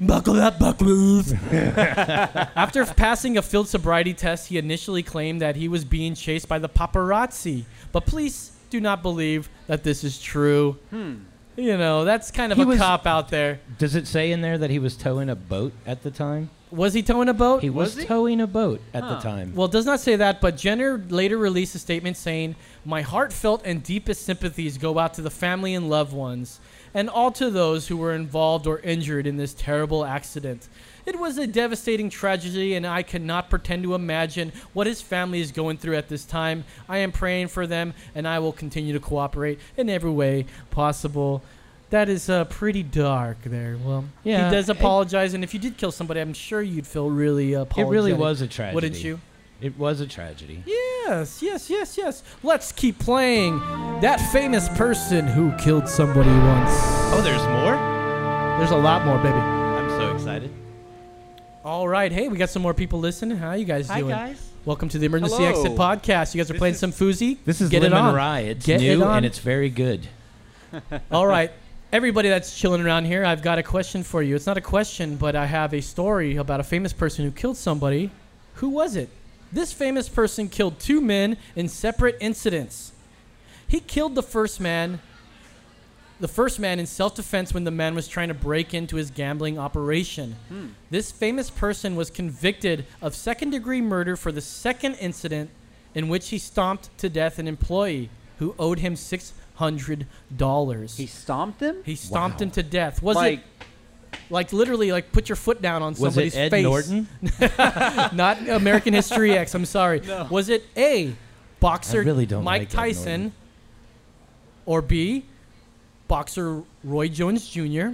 Speaker 8: buckle up, buckles. After passing a field sobriety test, he initially claimed that he was being chased by the paparazzi. But please do not believe that this is true.
Speaker 9: Hmm.
Speaker 8: You know, that's kind of
Speaker 10: He
Speaker 8: a
Speaker 10: was-
Speaker 8: cop out there.
Speaker 10: Does it say in there that he was towing a boat at the time?
Speaker 8: Was he towing a boat?
Speaker 10: He was,
Speaker 8: Was he?
Speaker 10: towing a boat at the time.
Speaker 8: Well, it does not say that, but Jenner later released a statement saying, My heartfelt and deepest sympathies go out to the family and loved ones, and all to those who were involved or injured in this terrible accident. It was a devastating tragedy, and I cannot pretend to imagine what his family is going through at this time. I am praying for them, and I will continue to cooperate in every way possible. That is uh, pretty dark there. Well,
Speaker 10: Yeah,
Speaker 8: he does
Speaker 10: it-
Speaker 8: apologize, and if you did kill somebody, I'm sure you'd feel really uh,
Speaker 10: it really
Speaker 8: apologetic,
Speaker 10: was a tragedy.
Speaker 8: Wouldn't you?
Speaker 10: It was a tragedy.
Speaker 8: Yes, yes, yes, yes. Let's keep playing. That famous person who killed somebody once.
Speaker 10: Oh, there's more?
Speaker 8: There's a lot more, baby.
Speaker 10: I'm so excited.
Speaker 8: All right, hey, we got some more people listening. How you guys
Speaker 10: Hi,
Speaker 8: doing?
Speaker 10: guys.
Speaker 8: Welcome to the Emergency
Speaker 10: Hello.
Speaker 8: Exit Podcast. You guys are playing some Fousey.
Speaker 10: This is
Speaker 8: Get
Speaker 10: Lemon
Speaker 8: it on.
Speaker 10: Rye. It's
Speaker 8: Get
Speaker 10: new
Speaker 8: it on.
Speaker 10: and it's very good.
Speaker 8: All right. Everybody that's chilling around here, I've got a question for you. It's not a question, but I have a story about a famous person who killed somebody. Who was it? This famous person killed two men in separate incidents. He killed the first man the first man in self-defense when the man was trying to break into his gambling operation.
Speaker 16: Hmm.
Speaker 8: This famous person was convicted of second-degree murder for the second incident in which he stomped to death an employee who owed him $600. He
Speaker 9: stomped him?
Speaker 8: He stomped
Speaker 9: Wow.
Speaker 8: him to death. Was
Speaker 9: Like-
Speaker 8: it like literally like put your foot down on
Speaker 10: Was it
Speaker 8: somebody's
Speaker 10: Ed
Speaker 8: face?
Speaker 10: Norton?
Speaker 8: Not American History X, I'm sorry.
Speaker 10: No.
Speaker 8: Was it A, boxer
Speaker 10: I really don't
Speaker 8: Mike
Speaker 10: like Ed
Speaker 8: Tyson or B, boxer Roy Jones Jr.,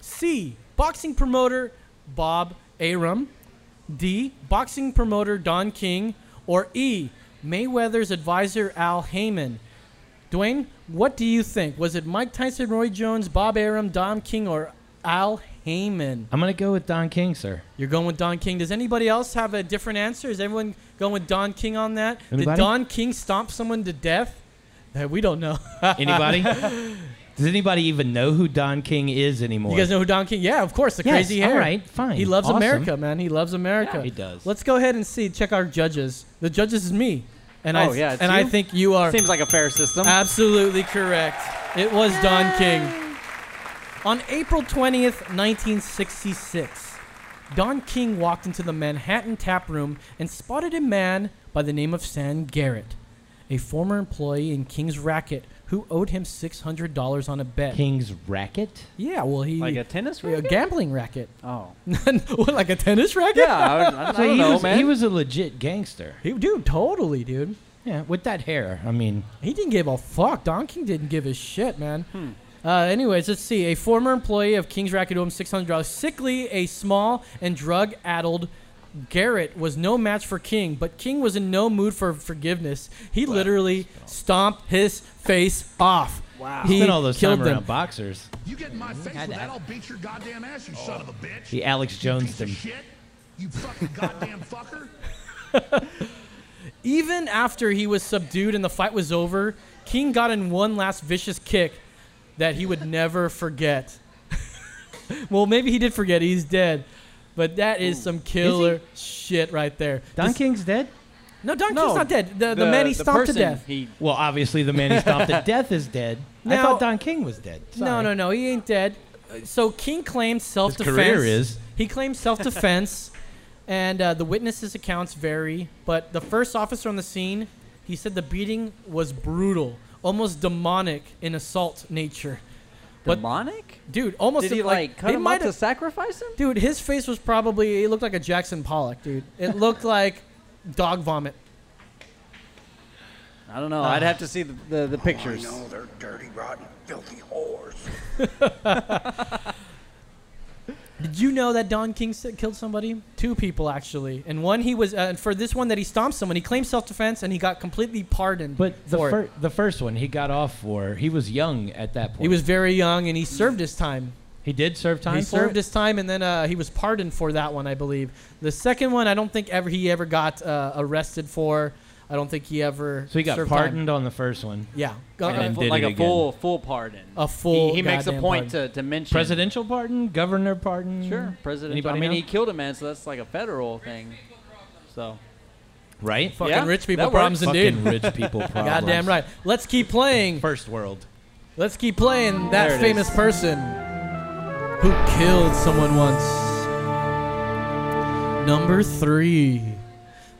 Speaker 8: C, boxing promoter Bob Arum, D, boxing promoter Don King, or E, Mayweather's advisor Al Heyman. Dwayne, what do you think? Was it Mike Tyson, Roy Jones, Bob Arum, Don King, or Al Heyman?
Speaker 10: I'm going to go with Don King, sir.
Speaker 8: You're going with Don King. Does anybody else have a different answer? Is everyone going with Don King on that?
Speaker 10: Anybody?
Speaker 8: Did Don King stomp someone to death? Uh, we don't know.
Speaker 10: Anybody? Does anybody even know who Don King is anymore?
Speaker 8: You guys know who Don King? Yeah, of course, the
Speaker 10: Yes,
Speaker 8: crazy hair.
Speaker 10: all right, fine,
Speaker 8: He loves
Speaker 10: awesome.
Speaker 8: America, man. He loves America.
Speaker 10: Yeah, he does.
Speaker 8: Let's go ahead and see. Check our judges. The judges is me, and
Speaker 9: oh,
Speaker 8: I
Speaker 9: yeah, it's
Speaker 8: and I
Speaker 9: you?
Speaker 8: think you are
Speaker 9: Seems like a fair system.
Speaker 8: Uh, absolutely correct. It was Don King. On April 20th, 1966, Don King walked into the Manhattan tap room and spotted a man by the name of Sam Garrett, a former employee in King's racket who owed him $600 on a bet.
Speaker 10: King's racket?
Speaker 8: Yeah, well, he
Speaker 9: Like a tennis
Speaker 8: a gambling racket.
Speaker 9: Oh,
Speaker 8: what, like a tennis racket?
Speaker 9: Yeah, I would- I don't- I don't
Speaker 10: he
Speaker 9: know,
Speaker 10: was,
Speaker 9: man.
Speaker 10: He was a legit gangster.
Speaker 8: He, dude, totally, dude.
Speaker 10: Yeah, with that hair. I mean,
Speaker 8: He didn't give a fuck. Don King didn't give a shit, man. Uh, anyways, let's see. A former employee of King's Racket owed him $600. Sickly, a small and drug addled Garrett was no match for King, but King was in no mood for forgiveness. He literally stomped his face off.
Speaker 10: wow.
Speaker 8: He
Speaker 10: spent all those
Speaker 8: killed
Speaker 10: time
Speaker 8: them.
Speaker 10: around boxers.
Speaker 17: You get in my face with that, I'll beat your goddamn ass, you son of a bitch.
Speaker 10: He Alex Jones them.
Speaker 17: You fucking goddamn fucker.
Speaker 8: Even after he was subdued and the fight was over, King got in one last vicious kick that he would never forget. well, maybe he did forget. He's dead. But that is some killer shit right there.
Speaker 10: Don
Speaker 8: This-
Speaker 10: King's dead?
Speaker 8: No, Don King's not dead. The, the, man he stomped to death.
Speaker 10: well, obviously the man he stomped to death is dead. I
Speaker 8: Now-
Speaker 10: thought Don King was dead.
Speaker 8: No,
Speaker 10: Sorry.
Speaker 8: no, no. He ain't dead. Uh, So King claims self-defense.
Speaker 10: career is.
Speaker 8: He claims self-defense, and uh, the witnesses' accounts vary. But the first officer on the scene, he said the beating was brutal, almost demonic in assault nature.
Speaker 9: Demonic?
Speaker 8: dude, almost
Speaker 9: Did he,
Speaker 8: like,
Speaker 9: like, cut
Speaker 8: they
Speaker 9: him up
Speaker 8: might
Speaker 9: to
Speaker 8: have-
Speaker 9: sacrifice him?
Speaker 8: Dude, his face was probably it looked like a Jackson Pollock, dude. It looked like dog vomit.
Speaker 9: I don't know. I'd have to see the, the, the pictures.
Speaker 16: I know they're dirty, rotten, filthy whores.
Speaker 8: Did you know that Don King s- killed somebody? Two people actually, and one he was. Uh, and for this one that he stomped someone, he claimed self-defense, and he got completely pardoned.
Speaker 10: But the,
Speaker 8: for it.
Speaker 10: fir- the first one he got off for, he was young at that point.
Speaker 8: he was very young, and he served his time.
Speaker 10: He did serve time.
Speaker 8: he
Speaker 10: for
Speaker 8: served
Speaker 10: it?
Speaker 8: his time, and then uh, he was pardoned for that one, I believe. The second one, I don't think ever he ever got uh, arrested for. I don't think he ever.
Speaker 10: So he got
Speaker 8: served time.
Speaker 10: pardoned on the first one.
Speaker 8: Yeah.
Speaker 10: and
Speaker 8: Uh,
Speaker 10: then
Speaker 8: fu-
Speaker 10: did
Speaker 9: like
Speaker 10: it
Speaker 9: a
Speaker 10: again.
Speaker 9: full full pardon.
Speaker 8: A full
Speaker 9: He, he makes a
Speaker 8: goddamn
Speaker 9: point to, to mention
Speaker 10: presidential pardon, governor pardon.
Speaker 9: Sure, president.
Speaker 10: Anybody
Speaker 9: I mean,
Speaker 10: know?
Speaker 9: he killed a man, so that's like a federal thing. So
Speaker 10: right?
Speaker 8: Fucking
Speaker 9: Yeah,
Speaker 8: rich people
Speaker 9: that
Speaker 8: problems,
Speaker 10: works.
Speaker 8: indeed.
Speaker 10: Fucking rich people problems.
Speaker 8: Goddamn right. Let's keep playing.
Speaker 10: First world.
Speaker 8: Let's keep playing
Speaker 10: There it
Speaker 8: that famous person who killed someone once. Number three.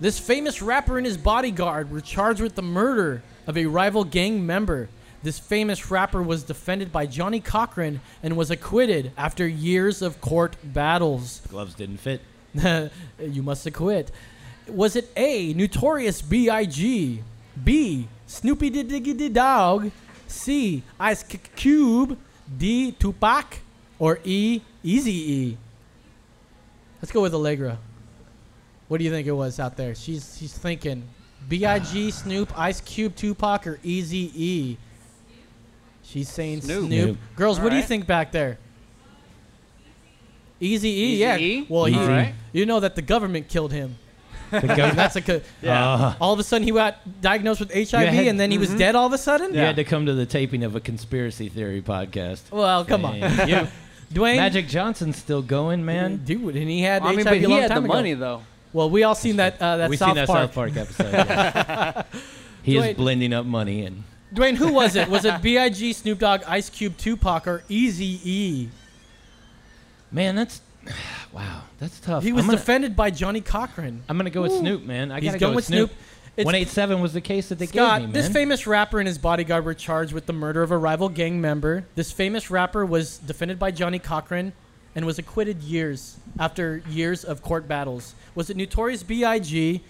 Speaker 8: This famous rapper and his bodyguard were charged with the murder of a rival gang member. This famous rapper was defended by Johnny Cochran and was acquitted after years of court battles.
Speaker 10: Gloves didn't fit.
Speaker 8: you must acquit. Was it A, Notorious B.I.G., B, Snoopy the Diggy the Dog, C, Ice C- Cube, D, Tupac, or E, Easy E? Let's go with Allegra. What do you think it was out there? She's she's thinking B.I.G., Snoop, Ice Cube, Tupac, or Easy E? She's saying Snoop.
Speaker 9: Snoop. Snoop.
Speaker 8: Girls, what do you
Speaker 9: Alright.
Speaker 8: think back there? Easy E, yeah.
Speaker 9: Eazy-E?
Speaker 8: Well, he,
Speaker 9: Alright.
Speaker 8: you know that the government killed him. I mean,
Speaker 10: gov-
Speaker 8: that's a co-
Speaker 10: Yeah. Uh.
Speaker 8: all of a sudden he got diagnosed with HIV
Speaker 10: had-
Speaker 8: and then he was
Speaker 10: Mhm.
Speaker 8: dead all of a sudden.
Speaker 10: You had to come to the taping of a conspiracy theory podcast.
Speaker 8: Well, come on.
Speaker 10: Thank you.
Speaker 8: Dwayne-
Speaker 10: Magic Johnson's still going, man.
Speaker 8: Dude, and he had
Speaker 9: Well, I mean,
Speaker 8: HIV
Speaker 9: but
Speaker 8: a
Speaker 9: he
Speaker 8: long
Speaker 9: had
Speaker 8: time
Speaker 9: the
Speaker 8: ago.
Speaker 9: money, though.
Speaker 8: Well, we all seen that uh, that
Speaker 10: We've
Speaker 8: South
Speaker 10: seen that
Speaker 8: Park.
Speaker 10: South Park episode. yeah. he
Speaker 8: Dwayne-
Speaker 10: is blending up money and
Speaker 8: Dwayne, who was it? Was it B.I.G., Snoop Dogg, Ice Cube, Tupac, or Easy E?
Speaker 10: Man, that's wow, that's tough.
Speaker 8: He was
Speaker 10: I'm gonna,
Speaker 8: defended by Johnny Cochran.
Speaker 10: I'm gonna go with
Speaker 8: Ooh.
Speaker 10: Snoop, man. I
Speaker 8: He's
Speaker 10: gotta
Speaker 8: going
Speaker 10: go
Speaker 8: with
Speaker 10: with
Speaker 8: Snoop.
Speaker 10: Snoop.
Speaker 8: It's-
Speaker 10: 187 was the case that they
Speaker 8: Scott,
Speaker 10: gave me, man.
Speaker 8: this famous rapper and his bodyguard were charged with the murder of a rival gang member. This famous rapper was defended by Johnny Cochran and was acquitted years after years of court battles. Was it Notorious B.I.G.,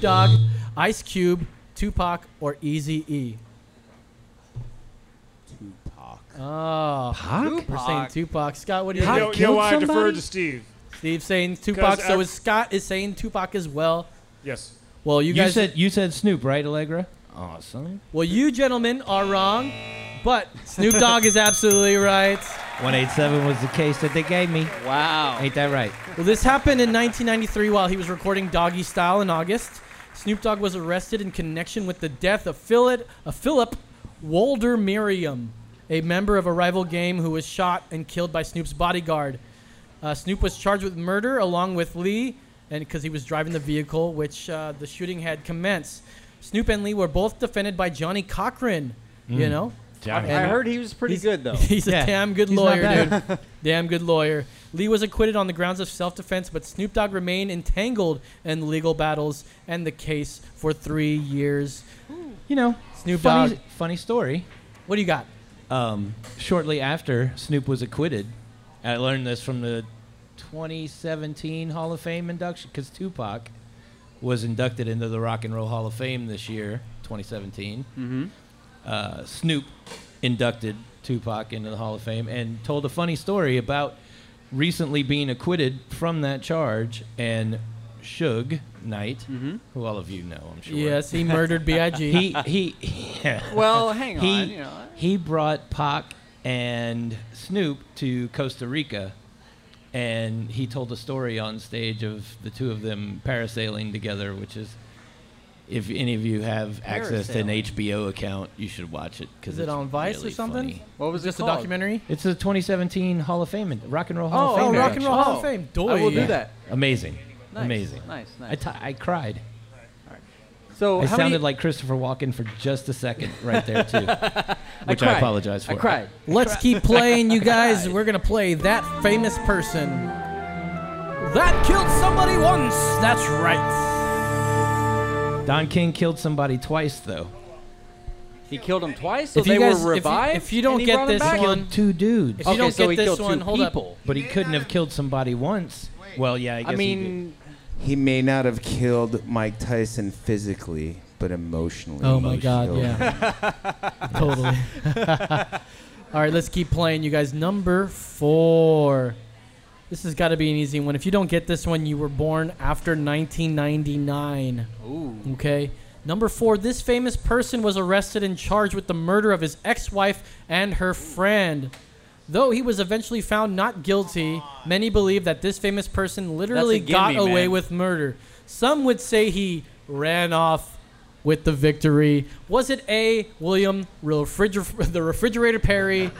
Speaker 8: Dogg, Ice Cube, Tupac, or Easy E? Tupac. Oh,
Speaker 10: Tupac?
Speaker 8: we're saying Tupac. Scott, what do you
Speaker 15: You know,
Speaker 8: think?
Speaker 15: you know why I deferred to Steve?
Speaker 8: Steve saying Tupac.
Speaker 15: 'Cause
Speaker 8: So
Speaker 15: ev-
Speaker 8: is Scott is saying Tupac as well.
Speaker 15: Yes.
Speaker 8: Well, you guys
Speaker 10: said you said Snoop, right, Allegra? Awesome.
Speaker 8: Well, you gentlemen are wrong, but Snoop Dogg is absolutely right.
Speaker 10: 187 was the case that they gave me.
Speaker 9: Wow.
Speaker 10: Ain't that right?
Speaker 8: Well, this happened in 1993 while he was recording Doggy Style in August. Snoop Dogg was arrested in connection with the death of Philip, of Philip Walder Merriam, a member of a rival gang who was shot and killed by Snoop's bodyguard. Uh, Snoop was charged with murder along with Lee, and because he was driving the vehicle, which uh, the shooting had commenced. Snoop and Lee were both defended by Johnny Cochran. You
Speaker 9: Mm.
Speaker 8: know,
Speaker 9: Johnny.
Speaker 8: And-
Speaker 9: I heard he was pretty
Speaker 8: he's-
Speaker 9: good, though.
Speaker 8: He's a
Speaker 9: Yeah.
Speaker 8: damn good
Speaker 9: He's not
Speaker 8: lawyer,
Speaker 9: bad.
Speaker 8: dude. damn good lawyer. Lee was acquitted on the grounds of self-defense, but Snoop Dogg remained entangled in legal battles and the case for three years.
Speaker 10: You know,
Speaker 8: Snoop
Speaker 10: funny-
Speaker 8: Dogg.
Speaker 10: Funny story.
Speaker 8: What do you got?
Speaker 10: Um, shortly after Snoop was acquitted, I learned this from the 2017 Hall of Fame induction because Tupac was inducted into the Rock and Roll Hall of Fame this year, 2017.
Speaker 9: Mhm.
Speaker 10: Uh, Snoop inducted Tupac into the Hall of Fame and told a funny story about recently being acquitted from that charge and Suge Knight, who all of you know, I'm sure.
Speaker 8: Yes, he murdered B.I.G..
Speaker 10: he he. yeah.
Speaker 9: Well, hang
Speaker 10: He-
Speaker 9: on, you know.
Speaker 10: he brought Pac and Snoop to Costa Rica, and he told a story on stage of the two of them parasailing together, which is. If any of you have access to an
Speaker 8: Parasailing.
Speaker 10: HBO account, you should watch it because
Speaker 8: Is it on Vice or something?
Speaker 9: What was it
Speaker 8: this a
Speaker 9: called?
Speaker 8: documentary?
Speaker 10: It's the 2017 Hall of Fame, and- Rock and Roll Hall
Speaker 8: Oh,
Speaker 10: of
Speaker 8: oh,
Speaker 10: Fame.
Speaker 8: Rock and Roll Hall of
Speaker 9: Oh,
Speaker 8: Fame.
Speaker 9: I will
Speaker 8: Doy.
Speaker 9: do that.
Speaker 10: Amazing,
Speaker 9: Nice,
Speaker 10: amazing.
Speaker 9: nice, nice.
Speaker 10: I ti- I cried.
Speaker 9: So
Speaker 10: I
Speaker 9: how
Speaker 10: sounded
Speaker 9: many-
Speaker 10: like Christopher Walken for just a second right there too, which I,
Speaker 9: cried.
Speaker 10: apologize for.
Speaker 9: I cried.
Speaker 8: Let's keep playing, you guys. We're gonna play that famous person that killed somebody once. That's right.
Speaker 10: Don King killed somebody twice though.
Speaker 9: He killed him twice, so
Speaker 10: If
Speaker 9: they
Speaker 10: you guys- if you-
Speaker 9: were revived.
Speaker 8: if you don't
Speaker 9: and he
Speaker 8: get
Speaker 9: brought 'em
Speaker 10: this
Speaker 9: back?
Speaker 10: one- Two dudes.
Speaker 8: If you don't
Speaker 9: so
Speaker 8: get
Speaker 9: he
Speaker 8: this
Speaker 9: killed two
Speaker 8: one, hold up.
Speaker 9: people.
Speaker 10: But he couldn't have killed somebody once. Well, yeah, I guess. he
Speaker 9: mean-
Speaker 11: He may not have killed Mike Tyson physically, but emotionally.
Speaker 8: Oh my God!
Speaker 11: Emotional.
Speaker 8: Yeah, totally. All right, let's keep playing, you guys. Number four. This has got to be an easy one. If you don't get this one, you were born after 1999.
Speaker 9: Ooh.
Speaker 8: Okay. Number four. This famous person was arrested and charged with the murder of his ex-wife and her friend. Though he was eventually found not guilty, many believe that this famous person literally
Speaker 9: gimme,
Speaker 8: got away
Speaker 9: man.
Speaker 8: with murder. Some would say he ran off with the victory. Was it A. William refriger- the refrigerator Perry,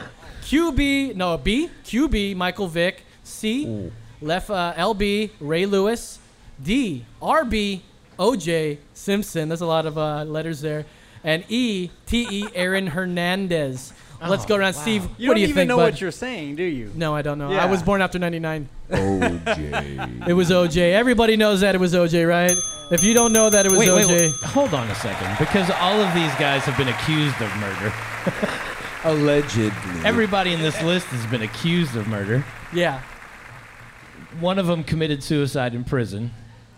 Speaker 8: QB no B QB Michael Vick, C. Left uh, LB Ray Lewis, D. RB OJ Simpson. That's a lot of uh, letters there, and E. T. E. Aaron Hernandez. Let's go around, Steve.
Speaker 9: Oh, You
Speaker 8: what
Speaker 9: don't
Speaker 8: do you
Speaker 9: even
Speaker 8: think,
Speaker 9: know
Speaker 8: bud?
Speaker 9: what you're saying, do you?
Speaker 8: No, I don't know.
Speaker 9: Yeah.
Speaker 8: I was born after 99.
Speaker 11: Oh,
Speaker 9: OJ.
Speaker 8: It was OJ. Everybody knows that it was OJ, right? If you don't know that it was
Speaker 10: wait,
Speaker 8: OJ.
Speaker 10: wait, wait, hold on a second, because all of these guys have been accused of murder.
Speaker 1: Allegedly.
Speaker 10: Everybody in this list has been accused of murder.
Speaker 8: Yeah.
Speaker 10: One of them committed suicide in prison.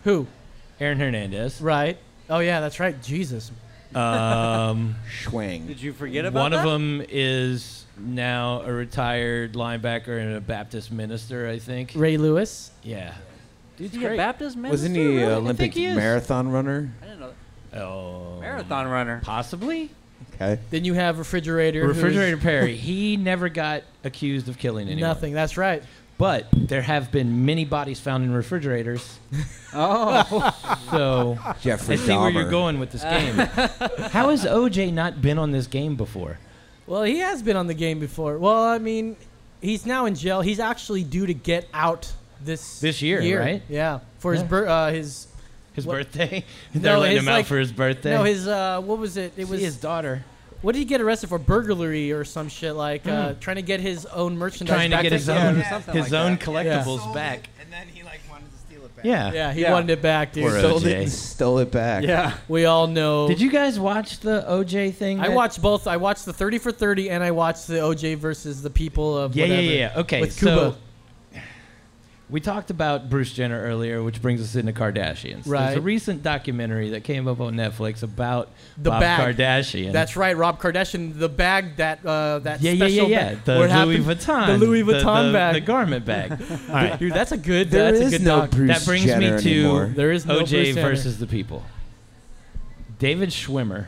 Speaker 8: Who?
Speaker 10: Aaron Hernandez.
Speaker 8: Right. Oh yeah, that's right. Jesus.
Speaker 10: Um,
Speaker 11: Schwang.
Speaker 9: Did you forget about
Speaker 10: One of
Speaker 9: that?
Speaker 10: them is now a retired linebacker and a Baptist minister, I think.
Speaker 8: Ray Lewis.
Speaker 10: Yeah.
Speaker 9: Dude,
Speaker 10: It's
Speaker 9: he a
Speaker 10: great.
Speaker 9: Baptist man?
Speaker 11: Wasn't he an
Speaker 9: I think
Speaker 11: Olympic
Speaker 9: he is.
Speaker 11: marathon runner?
Speaker 9: I didn't know.
Speaker 10: Oh.
Speaker 9: Marathon runner.
Speaker 10: Possibly.
Speaker 11: Okay.
Speaker 8: Then you have refrigerator. who's-
Speaker 10: Refrigerator Perry. He never got accused of killing anyone.
Speaker 8: Nothing. That's right.
Speaker 10: But there have been many bodies found in refrigerators.
Speaker 9: Oh.
Speaker 10: So
Speaker 11: Jeffrey
Speaker 10: I see where
Speaker 11: Dahmer.
Speaker 10: you're going with this game. How has OJ not been on this game before?
Speaker 8: Well, he has been on the game before. Well, I mean, he's now in jail. He's actually due to get out this
Speaker 10: This year, right?
Speaker 8: Yeah, for his
Speaker 10: Yeah.
Speaker 8: bir- uh, his
Speaker 10: His
Speaker 8: what-
Speaker 10: birthday? They're letting
Speaker 8: his,
Speaker 10: him out for his birthday?
Speaker 8: No, his uh, what was it? It was
Speaker 10: his daughter.
Speaker 8: What did he get arrested for? Burglary or some shit like uh,
Speaker 10: Hmm.
Speaker 8: trying to get his own merchandise.
Speaker 10: Trying to
Speaker 8: back
Speaker 10: get his
Speaker 8: together.
Speaker 10: own his own collectibles back. Yeah.
Speaker 8: Yeah, he wanted it back, dude.
Speaker 10: Poor
Speaker 11: Sold it
Speaker 10: OJ.
Speaker 11: and stole it back.
Speaker 8: we all know.
Speaker 10: Did you guys watch the OJ thing?
Speaker 8: I
Speaker 10: that-
Speaker 8: watched both. I watched the 30 for 30 and I watched the OJ versus the people of
Speaker 10: Yeah, yeah,
Speaker 8: whatever.
Speaker 10: yeah, yeah. Okay,
Speaker 8: With Kubo.
Speaker 10: so we talked about Bruce Jenner earlier, which brings us into Kardashians. There's
Speaker 8: Right.
Speaker 10: a recent documentary that came up on Netflix about
Speaker 8: the
Speaker 10: Bob
Speaker 8: bag.
Speaker 10: Kardashian.
Speaker 8: That's right, Rob Kardashian, the bag that uh, that
Speaker 10: yeah, yeah, yeah,
Speaker 8: special
Speaker 10: yeah.
Speaker 8: bag
Speaker 10: The
Speaker 8: where it
Speaker 10: Louis
Speaker 8: happened-
Speaker 10: Vuitton,
Speaker 8: the Louis Vuitton
Speaker 10: the,
Speaker 8: bag,
Speaker 10: the garment bag. All right,
Speaker 8: dude, that's a good.
Speaker 11: There
Speaker 8: that's
Speaker 11: is
Speaker 8: a good
Speaker 11: no
Speaker 8: doc.
Speaker 11: Bruce
Speaker 10: that brings
Speaker 11: Jenner
Speaker 10: me to
Speaker 11: anymore.
Speaker 8: There is no
Speaker 10: OJ
Speaker 8: Bruce Jenner.
Speaker 10: versus the people. David Schwimmer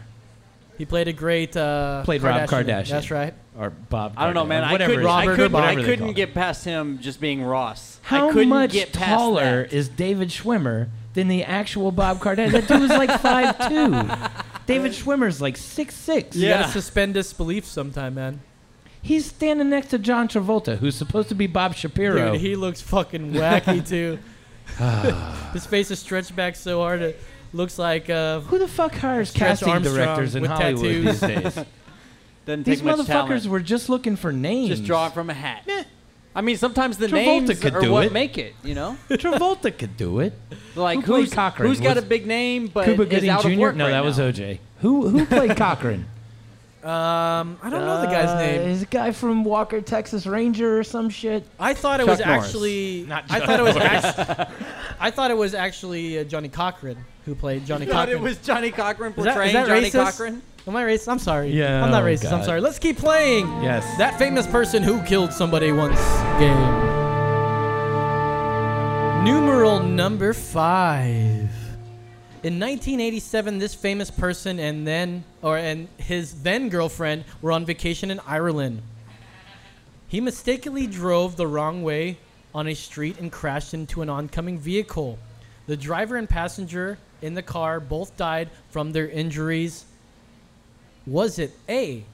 Speaker 8: He played a great. Uh,
Speaker 10: played Rob
Speaker 8: Kardashian.
Speaker 10: Kardashian.
Speaker 8: That's right.
Speaker 10: Or Bob.
Speaker 9: I don't know,
Speaker 10: Kardashian,
Speaker 9: man. I
Speaker 10: Whatever.
Speaker 9: couldn't,
Speaker 10: his-
Speaker 9: I couldn't, I
Speaker 10: whatever they
Speaker 9: couldn't
Speaker 10: call it.
Speaker 9: get past him just being Ross. I
Speaker 10: How
Speaker 9: couldn't
Speaker 10: much
Speaker 9: get past
Speaker 10: taller
Speaker 9: that.
Speaker 10: is David Schwimmer than the actual Bob Kardashian? That dude was like five two. David Schwimmer's like six six.
Speaker 8: You gotta suspend disbelief sometime, man.
Speaker 10: He's standing next to John Travolta, who's supposed to be Bob Shapiro.
Speaker 8: Dude, he looks fucking wacky too. His face is stretched back so hard it looks like uh,
Speaker 10: Who the fuck hires
Speaker 8: Stretch
Speaker 10: casting
Speaker 8: Armstrong
Speaker 10: directors in
Speaker 8: with
Speaker 10: Hollywood
Speaker 8: tattoos.
Speaker 10: these days?
Speaker 9: Doesn't
Speaker 10: These
Speaker 9: take much
Speaker 10: motherfuckers
Speaker 9: talent.
Speaker 10: were just looking for names.
Speaker 9: Just draw it from a hat. I mean, sometimes the
Speaker 10: Travolta
Speaker 9: names
Speaker 10: could
Speaker 9: are
Speaker 10: do
Speaker 9: what
Speaker 10: it.
Speaker 9: make it. You know,
Speaker 10: Travolta could do it.
Speaker 9: like
Speaker 10: Who played
Speaker 9: who's
Speaker 10: Cochran?
Speaker 9: who's got a
Speaker 10: Was-
Speaker 9: big name but
Speaker 10: Cuba
Speaker 9: is
Speaker 10: Gooding
Speaker 9: out
Speaker 10: Jr.
Speaker 9: of work
Speaker 10: no,
Speaker 9: right
Speaker 10: that
Speaker 9: now.
Speaker 10: was OJ. Who who played Cochran?
Speaker 8: Um, I don't know the guy's
Speaker 10: Uh,
Speaker 8: name.
Speaker 10: Is a guy from Walker, Texas Ranger or some shit?
Speaker 8: I thought it
Speaker 10: Chuck
Speaker 8: was
Speaker 10: Norris.
Speaker 8: actually.
Speaker 10: Not
Speaker 8: I
Speaker 10: Chuck
Speaker 8: thought it was.
Speaker 10: Norris.
Speaker 8: Act- I thought it was actually uh, Johnny Cochran who played Johnny
Speaker 9: You thought
Speaker 8: Cochran.
Speaker 9: it was Johnny Cochran
Speaker 8: Is that-
Speaker 9: portraying
Speaker 8: is that
Speaker 9: Johnny
Speaker 8: racist?
Speaker 9: Cochran.
Speaker 8: Am I racist? I'm sorry.
Speaker 10: Yeah,
Speaker 8: I'm not
Speaker 10: oh
Speaker 8: racist. I'm
Speaker 10: God.
Speaker 8: sorry. Let's keep playing.
Speaker 10: Yes.
Speaker 8: That famous person who killed somebody once game. Numeral number five. In 1987, this famous person and then, or and his then girlfriend were on vacation in Ireland. He mistakenly drove the wrong way on a street and crashed into an oncoming vehicle. The driver and passenger in the car both died from their injuries. Was it A.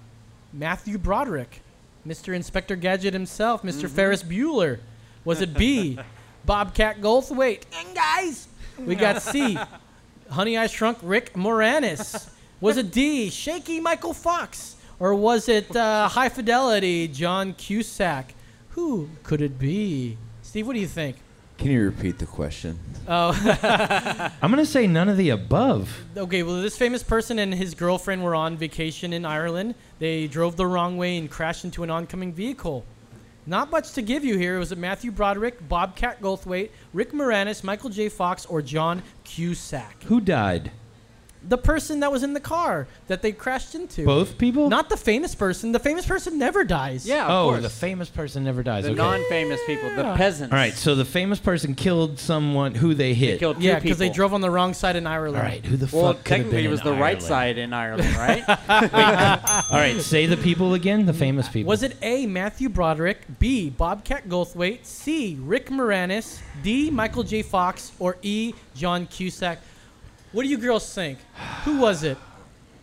Speaker 8: Matthew Broderick, Mr. Inspector Gadget himself, mister Ferris Bueller? Was it B. Bobcat Goldthwait? And guys, we got C. Honey, I Shrunk Rick Moranis? was it D, Shaky Michael Fox? Or was it uh, High Fidelity John Cusack? Who could it be? Steve, what do you think?
Speaker 11: Can you repeat the question?
Speaker 8: Oh.
Speaker 10: I'm gonna say none of the above.
Speaker 8: Okay, well, this famous person and his girlfriend were on vacation in Ireland. They drove the wrong way and crashed into an oncoming vehicle. Not much to give you here. It was it Matthew Broderick, Bobcat Goldthwait, Rick Moranis, Michael J. Fox, or John Cusack?
Speaker 10: Who died?
Speaker 8: The person that was in the car that they crashed into.
Speaker 10: Both people?
Speaker 8: Not the famous person. The famous person never dies.
Speaker 9: Yeah, of
Speaker 10: oh,
Speaker 9: course.
Speaker 10: the famous person never dies.
Speaker 9: The
Speaker 10: okay.
Speaker 9: non-famous people, the
Speaker 8: Yeah.
Speaker 9: peasants.
Speaker 10: All right, so the famous person killed someone who they hit.
Speaker 9: killed two
Speaker 8: Yeah, because they
Speaker 9: people.
Speaker 8: drove on the wrong side in Ireland.
Speaker 10: All right, who the
Speaker 9: Well,
Speaker 10: fuck could have
Speaker 9: technically,
Speaker 10: been
Speaker 9: it was
Speaker 10: in
Speaker 9: the right
Speaker 10: Ireland?
Speaker 9: side in Ireland, right?
Speaker 10: All right, say the people again. The famous people.
Speaker 8: Was it A. Matthew Broderick, B. Bobcat Goldthwait, C. Rick Moranis, D. Michael J. Fox, or E. John Cusack? What do you girls think? Who was it?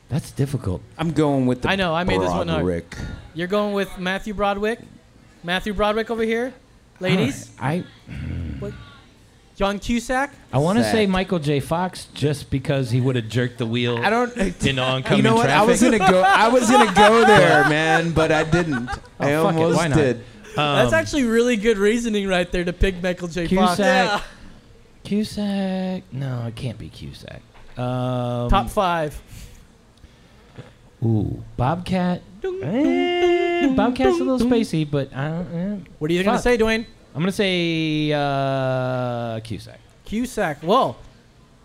Speaker 10: That's difficult.
Speaker 11: I'm going with the.
Speaker 8: I know I made this one hard.
Speaker 11: Rick.
Speaker 8: You're going with Matthew Broderick, Matthew Broderick over here, ladies.
Speaker 10: I
Speaker 8: What? John Cusack.
Speaker 10: I want to
Speaker 11: Zach.
Speaker 10: say Michael J. Fox just because he would have jerked the wheel. I
Speaker 11: don't.
Speaker 10: In oncoming
Speaker 11: you know what?
Speaker 10: traffic.
Speaker 11: I was gonna go. I was gonna go there, man, but I didn't.
Speaker 10: Oh, fuck
Speaker 11: I
Speaker 10: it,
Speaker 11: almost
Speaker 10: why not?
Speaker 11: did.
Speaker 8: That's actually really good reasoning right there to pick Michael J. Fox.
Speaker 10: um, Cusack. Cusack. No, it can't be Cusack. Um,
Speaker 8: Top five.
Speaker 10: Ooh, Bobcat. Eh, Bobcat's a little spacey, but I don't. eh,
Speaker 8: What are you gonna
Speaker 10: fuck.
Speaker 8: say, Dwayne?
Speaker 10: I'm gonna say uh, Cusack.
Speaker 8: Cusack. Well,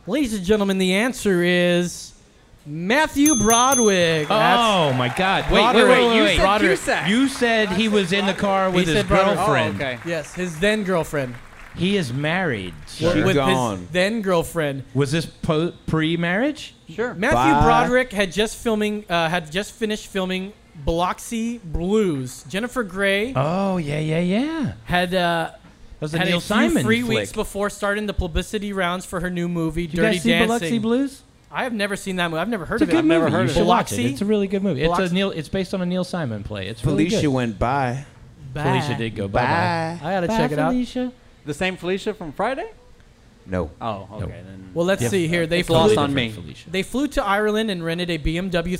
Speaker 8: ladies and gentlemen, the answer is Matthew Broderick. That's-
Speaker 10: Oh my God! Wait, wait,
Speaker 8: Broderick.
Speaker 10: wait, wait,
Speaker 8: You
Speaker 10: wait.
Speaker 8: said Broderick. Cusack.
Speaker 10: You said he Oh, was in the car with
Speaker 8: He
Speaker 10: his
Speaker 8: said Broderick.
Speaker 10: girlfriend.
Speaker 8: Yes, his then girlfriend.
Speaker 10: He is married.
Speaker 8: With
Speaker 10: sir.
Speaker 8: his then girlfriend.
Speaker 10: Was this po- pre-marriage?
Speaker 9: Sure.
Speaker 8: Matthew
Speaker 10: Bye.
Speaker 8: Broderick had just filming uh, had just finished filming Biloxi Blues. Jennifer Grey
Speaker 10: Oh yeah, yeah, yeah.
Speaker 8: had uh,
Speaker 10: was a
Speaker 8: had
Speaker 10: Neil
Speaker 8: a few
Speaker 10: Simon
Speaker 8: three
Speaker 10: flick.
Speaker 8: weeks before starting the publicity rounds for her new movie
Speaker 10: Did you
Speaker 8: Dirty
Speaker 10: guys see
Speaker 8: Dancing.
Speaker 10: Biloxi Blues?
Speaker 8: I have never seen that movie. I've never
Speaker 10: It's
Speaker 8: heard
Speaker 10: a
Speaker 8: of it.
Speaker 10: good
Speaker 8: I've never
Speaker 10: movie.
Speaker 8: heard
Speaker 10: you
Speaker 8: of
Speaker 10: should
Speaker 8: it.
Speaker 10: watch it.
Speaker 8: Biloxi?
Speaker 10: It's a really good movie. It's
Speaker 8: Biloxi-
Speaker 10: a Neil. It's based on a Neil Simon play. It's really
Speaker 11: Felicia
Speaker 10: good.
Speaker 11: went by.
Speaker 8: Bye.
Speaker 10: Felicia did go bye.
Speaker 11: Bye.
Speaker 8: I gotta check it out.
Speaker 10: Felicia.
Speaker 9: the same Felicia from Friday.
Speaker 11: No.
Speaker 9: Oh, okay. Then
Speaker 8: Well, let's
Speaker 9: Yeah.
Speaker 8: see here. They
Speaker 9: It's
Speaker 8: flew,
Speaker 9: lost on me.
Speaker 8: They flew to Ireland and rented a BMW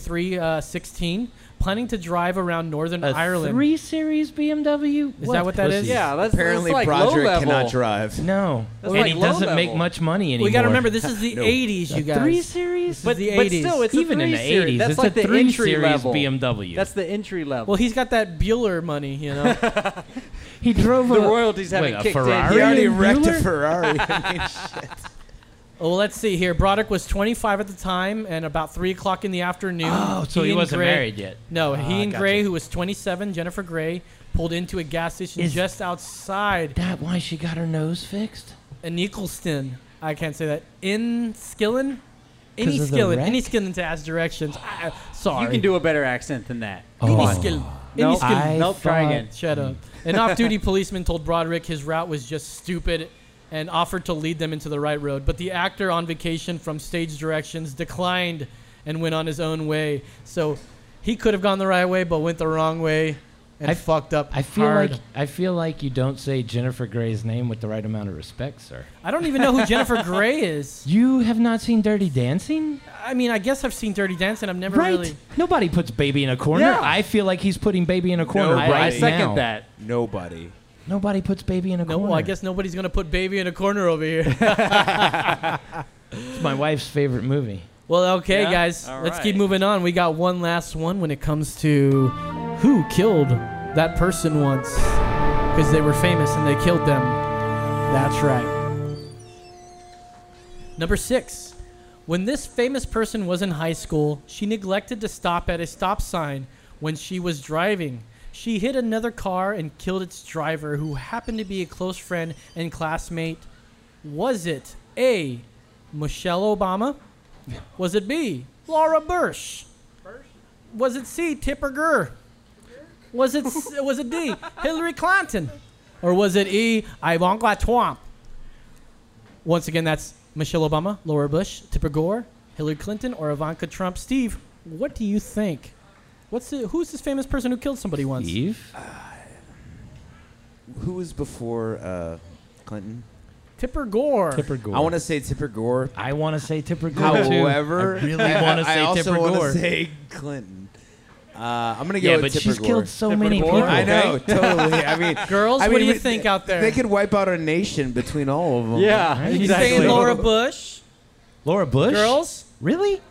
Speaker 8: 316, planning to drive around northern
Speaker 10: A
Speaker 8: Ireland.
Speaker 10: three series BMW.
Speaker 8: Is that what that is?
Speaker 9: Yeah, that's
Speaker 11: Apparently,
Speaker 9: that's like
Speaker 11: Broderick
Speaker 9: low level.
Speaker 11: cannot drive.
Speaker 10: No,
Speaker 9: That's
Speaker 10: and
Speaker 9: like
Speaker 10: he
Speaker 9: low
Speaker 10: doesn't make
Speaker 9: level.
Speaker 10: much money anymore.
Speaker 8: We got to remember this is the
Speaker 11: No.
Speaker 8: 80s, you guys.
Speaker 10: three series.
Speaker 8: This is
Speaker 9: But,
Speaker 8: the 80s.
Speaker 9: but still, it's a
Speaker 10: Even in the
Speaker 9: three series.
Speaker 10: 80s,
Speaker 9: That's
Speaker 10: it's
Speaker 9: like
Speaker 10: a
Speaker 9: the
Speaker 10: three
Speaker 9: entry
Speaker 10: series
Speaker 9: level.
Speaker 10: BMW.
Speaker 9: That's the entry level.
Speaker 8: well, he's got that Bueller money, you know.
Speaker 10: He drove
Speaker 9: the
Speaker 10: a,
Speaker 9: royalties haven't
Speaker 10: wait, a
Speaker 9: kicked
Speaker 10: Ferrari?
Speaker 11: He
Speaker 9: in.
Speaker 11: already
Speaker 10: and
Speaker 11: wrecked
Speaker 10: Bueller?
Speaker 11: a Ferrari. I mean, shit.
Speaker 8: oh, well, let's see here. Broderick was 25 at the time, and about three o'clock in the afternoon.
Speaker 10: Oh, so he
Speaker 8: and
Speaker 10: wasn't
Speaker 8: Gray-
Speaker 10: married yet.
Speaker 8: No,
Speaker 10: Ah,
Speaker 8: he and
Speaker 10: gotcha.
Speaker 8: Gray, who was 27, Jennifer Gray, pulled into a gas station
Speaker 10: Is-
Speaker 8: just outside
Speaker 10: That why she got her nose fixed?
Speaker 8: in Eccleston. I can't say that. In Skillen? Any
Speaker 10: 'Cause of the
Speaker 8: Skillen.
Speaker 10: wreck?
Speaker 8: Any Skillen to ask directions. I, I- sorry.
Speaker 9: You can do a better accent than that.
Speaker 10: Oh.
Speaker 8: Any Skillen. Any
Speaker 9: Nope.
Speaker 8: Skillen.
Speaker 10: I
Speaker 9: Nope, try
Speaker 10: thought-
Speaker 9: again.
Speaker 8: Shut up.
Speaker 10: Mm.
Speaker 8: An off duty policeman told Broderick his route was just stupid and offered to lead them into the right road. But the actor on vacation from stage directions declined and went on his own way. So he could have gone the right way, but went the wrong way and
Speaker 10: I-
Speaker 8: fucked up.
Speaker 10: I feel
Speaker 8: hard.
Speaker 10: like I feel like you don't say Jennifer Gray's name with the right amount of respect, sir.
Speaker 8: I don't even know who Jennifer Grey is.
Speaker 10: You have not seen Dirty Dancing,
Speaker 8: I mean, I guess I've seen Dirty Dancing. I've never
Speaker 10: right?
Speaker 8: really.
Speaker 10: Nobody puts Baby in a corner.
Speaker 9: Yeah.
Speaker 10: I feel like he's putting Baby in a corner
Speaker 11: No,
Speaker 10: right
Speaker 9: I, I second
Speaker 10: now.
Speaker 9: that.
Speaker 11: Nobody.
Speaker 10: Nobody puts Baby in a
Speaker 8: No,
Speaker 10: corner.
Speaker 8: well, I guess nobody's gonna put baby in a corner over here.
Speaker 10: it's my wife's favorite movie.
Speaker 8: well, okay,
Speaker 9: Yeah?
Speaker 8: guys,
Speaker 9: All
Speaker 8: let's
Speaker 9: right.
Speaker 8: keep moving on. We got one last one when it comes to who killed that person once because they were famous and they killed them. That's right. Number six. When this famous person was in high school, she neglected to stop at a stop sign when she was driving. She hit another car and killed its driver, who happened to be a close friend and classmate. Was it A. Michelle Obama? Was it B. Laura Bush? Was it C. Tipper Gurr? Was it s- was it D. Hillary Clinton? Or was it E. Ivanka Trump? Once again, that's Michelle Obama, Laura Bush, Tipper Gore, Hillary Clinton, or Ivanka Trump. Steve, what do you think? What's the, who's this famous person who killed somebody once?
Speaker 10: Eve.
Speaker 11: Who was before uh, Clinton?
Speaker 8: Tipper Gore.
Speaker 10: Tipper Gore.
Speaker 11: I want to say Tipper Gore.
Speaker 10: I want to say Tipper Gore.
Speaker 11: However,
Speaker 10: too. I really
Speaker 11: I-
Speaker 10: want to
Speaker 11: I
Speaker 10: say
Speaker 11: also
Speaker 10: Tipper
Speaker 11: wanna
Speaker 10: Gore.
Speaker 11: say Clinton. Uh, I'm gonna go
Speaker 10: Yeah,
Speaker 11: with
Speaker 10: but
Speaker 11: Tipper
Speaker 10: she's
Speaker 11: Gore.
Speaker 10: killed so Tipper many Gore? people.
Speaker 11: I know,
Speaker 10: Okay.
Speaker 11: totally. I mean,
Speaker 8: Girls,
Speaker 11: I
Speaker 8: what do
Speaker 11: mean,
Speaker 8: you
Speaker 11: we-
Speaker 8: think out there?
Speaker 11: They could wipe out a nation between all of them.
Speaker 9: Yeah, Right.
Speaker 8: He's saying Laura Bush.
Speaker 10: Laura Bush.
Speaker 8: Girls?
Speaker 10: Really?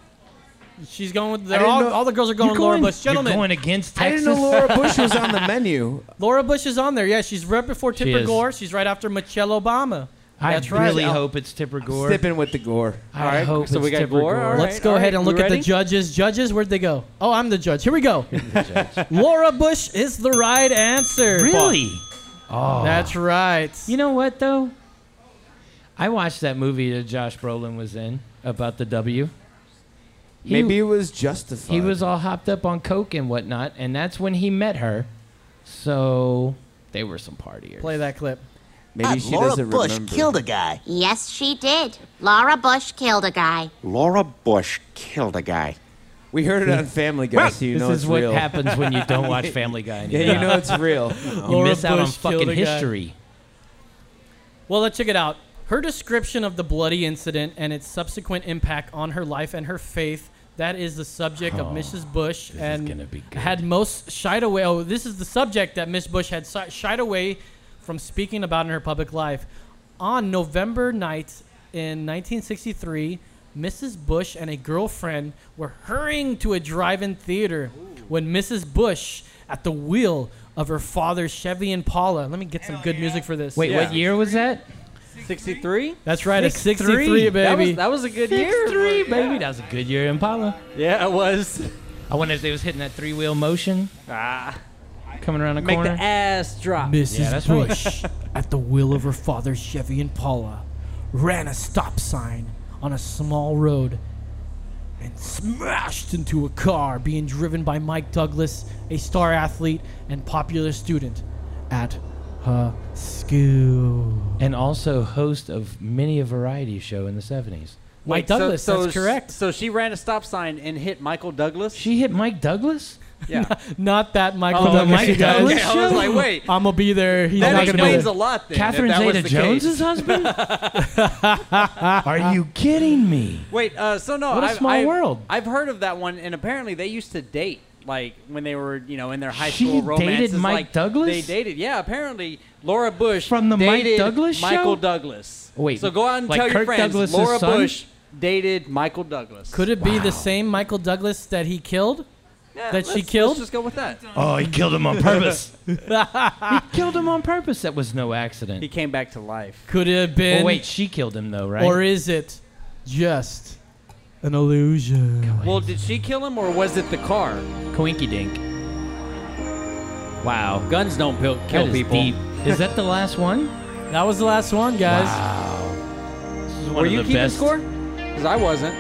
Speaker 8: She's going with.
Speaker 10: I
Speaker 8: They're
Speaker 10: didn't
Speaker 8: all,
Speaker 10: know-
Speaker 8: all the girls are going,
Speaker 10: You're
Speaker 8: with Laura
Speaker 10: going-
Speaker 8: Bush.
Speaker 10: you're
Speaker 8: Gentlemen.
Speaker 10: going against
Speaker 11: I didn't know Laura Bush was on the menu.
Speaker 8: Laura Bush is on there. Yeah, she's right before
Speaker 10: She
Speaker 8: Tipper
Speaker 10: is.
Speaker 8: Gore. She's right after Michelle Obama.
Speaker 10: I
Speaker 8: That's right.
Speaker 10: really
Speaker 8: Al-
Speaker 10: hope it's Tipper Gore.
Speaker 11: Sipping with the Gore.
Speaker 10: I hope
Speaker 9: so
Speaker 10: it's
Speaker 9: we got
Speaker 10: Tipper
Speaker 9: Gore,
Speaker 10: Gore.
Speaker 9: all right.
Speaker 8: Let's go ahead and
Speaker 9: we
Speaker 8: look at the
Speaker 9: ready?
Speaker 8: judges. Judges, where'd they go? Oh, I'm the judge. Here we go. Laura Bush is the right answer.
Speaker 10: Really? Oh.
Speaker 8: That's right.
Speaker 10: You know what though? I watched that movie that Josh Brolin was in about the W. He-
Speaker 11: Maybe it was justified.
Speaker 10: He was all hopped up on coke and whatnot, and that's when he met her. So they were some partiers.
Speaker 8: Play that clip.
Speaker 11: Maybe
Speaker 10: Uh,
Speaker 11: she
Speaker 10: Laura
Speaker 11: doesn't
Speaker 10: Bush
Speaker 11: remember.
Speaker 10: killed
Speaker 11: a guy.
Speaker 18: Yes, she did. Laura Bush killed a guy.
Speaker 2: Laura Bush killed a guy.
Speaker 11: We heard it on Family Guy, so you
Speaker 10: this
Speaker 11: know
Speaker 10: is
Speaker 11: it's
Speaker 10: what
Speaker 11: real.
Speaker 10: happens when you don't watch Family Guy.
Speaker 11: Yeah,
Speaker 10: anymore.
Speaker 11: you know it's real.
Speaker 10: you
Speaker 8: Laura
Speaker 10: miss out on
Speaker 8: Bush killed
Speaker 10: fucking
Speaker 8: a guy.
Speaker 10: history.
Speaker 8: Well, let's check it out. Her description of the bloody incident and its subsequent impact on her life and her faith. That is the subject
Speaker 10: Oh,
Speaker 8: of Mrs. Bush
Speaker 10: this is
Speaker 8: and
Speaker 10: gonna be good.
Speaker 8: had most shied away. Oh, this is the subject that Miss Bush had si- shied away from speaking about in her public life. On November night in 1963, Mrs. Bush and a girlfriend were hurrying to a drive-in theater when Mrs. Bush, at the wheel of her father's Chevy Impala, let me get some good music for this.
Speaker 10: Wait, what year was that?
Speaker 9: 63?
Speaker 8: That's right, a 63,
Speaker 9: That was,
Speaker 8: baby.
Speaker 9: that was a good year.
Speaker 10: 63,
Speaker 9: but-
Speaker 10: baby.
Speaker 9: yeah.
Speaker 10: That was a good year in Impala.
Speaker 9: Yeah, it was.
Speaker 10: I wonder if they was hitting that three wheel motion
Speaker 9: Ah.
Speaker 10: coming around the
Speaker 9: Make
Speaker 10: corner.
Speaker 9: the ass drop.
Speaker 8: Mrs.
Speaker 10: Yeah, that's right.
Speaker 8: Bush, at the will of her father's Chevy Impala, ran a stop sign on a small road and smashed into a car being driven by Mike Douglas, a star athlete and popular student at her school.
Speaker 10: and also host of many a variety show in the 70s.
Speaker 8: Mike
Speaker 9: so-
Speaker 8: Douglas,
Speaker 9: so,
Speaker 8: that's
Speaker 9: s-
Speaker 8: correct.
Speaker 9: So she ran a stop sign and hit Michael Douglas.
Speaker 10: She hit Mike Douglas?
Speaker 9: Yeah.
Speaker 8: Not that Michael
Speaker 9: Oh,
Speaker 8: Douglas.
Speaker 9: Mike
Speaker 8: you guys.
Speaker 9: Douglas Okay, I was show? like, wait.
Speaker 8: I'm gonna be there. He's
Speaker 9: That
Speaker 8: not gonna be
Speaker 9: explains
Speaker 8: there.
Speaker 9: a lot then.
Speaker 10: Catherine
Speaker 9: that that was
Speaker 10: Zeta
Speaker 9: the
Speaker 10: Jones's
Speaker 9: case.
Speaker 10: husband? Are you kidding me?
Speaker 9: Wait, uh, so no,
Speaker 10: What a
Speaker 9: I've,
Speaker 10: small
Speaker 9: I've-
Speaker 10: world.
Speaker 9: I've heard of that one, and apparently they used to date, like when they were, you know, in their high
Speaker 10: She
Speaker 9: school
Speaker 10: dated
Speaker 9: romances.
Speaker 10: Mike
Speaker 9: like,
Speaker 10: Douglas?
Speaker 9: They dated, yeah. Apparently, Laura Bush
Speaker 10: From the Mike
Speaker 9: dated
Speaker 10: Douglas show?
Speaker 9: Michael Douglas.
Speaker 10: Wait,
Speaker 9: so go out and
Speaker 10: like
Speaker 9: tell your
Speaker 10: Kirk
Speaker 9: friends,
Speaker 10: Douglas's
Speaker 9: Laura
Speaker 10: son?
Speaker 9: Bush dated Michael Douglas.
Speaker 8: Could it be the same Michael Douglas that he killed?
Speaker 9: Yeah,
Speaker 8: that she
Speaker 9: let's-
Speaker 8: killed?
Speaker 9: Let's just go with that.
Speaker 10: Oh, he killed him on purpose. he killed him on purpose. That was no accident.
Speaker 9: He came back to life.
Speaker 8: Could it have been?
Speaker 10: Well, wait, she killed him though, right?
Speaker 8: Or is it just an illusion?
Speaker 9: Well, did she kill him or was it the car?
Speaker 10: Coinky Dink. Wow.
Speaker 9: Guns don't pil-
Speaker 10: That
Speaker 9: kill
Speaker 10: is
Speaker 9: people.
Speaker 10: deep. Is that the last one?
Speaker 8: That was the last one, guys.
Speaker 10: This is one
Speaker 9: Were
Speaker 10: of
Speaker 9: you
Speaker 10: the
Speaker 9: keeping
Speaker 10: best
Speaker 9: score? Because I wasn't.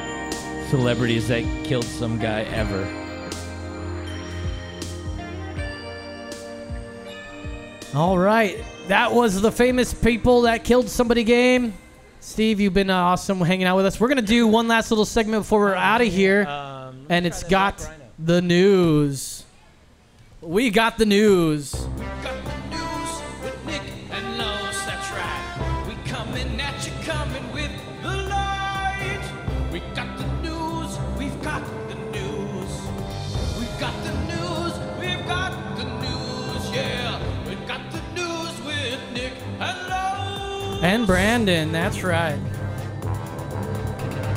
Speaker 10: celebrities that killed some guy ever.
Speaker 8: All right. That was the famous people that killed somebody game. Steve, you've been uh, awesome hanging out with us. We're going to do one last little segment before we're out of here. and it's got the news. We got the news. And Brandon, that's right.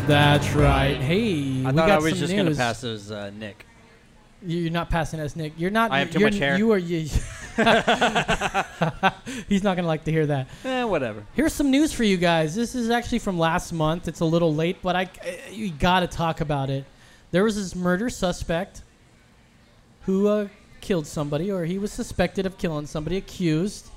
Speaker 8: That's right. Hey,
Speaker 9: I thought
Speaker 8: we got
Speaker 9: I was
Speaker 8: some
Speaker 9: just
Speaker 8: news.
Speaker 9: gonna pass as uh, Nick.
Speaker 8: You're not passing us, Nick. You're not.
Speaker 9: I have too
Speaker 8: you're-
Speaker 9: much hair.
Speaker 8: You are. You, he's not gonna like to hear that.
Speaker 9: Eh, whatever.
Speaker 8: Here's some news for you guys. This is actually from last month. It's a little late, but I I- you gotta talk about it. There was this murder suspect who uh, killed somebody, or he was suspected of killing somebody, accused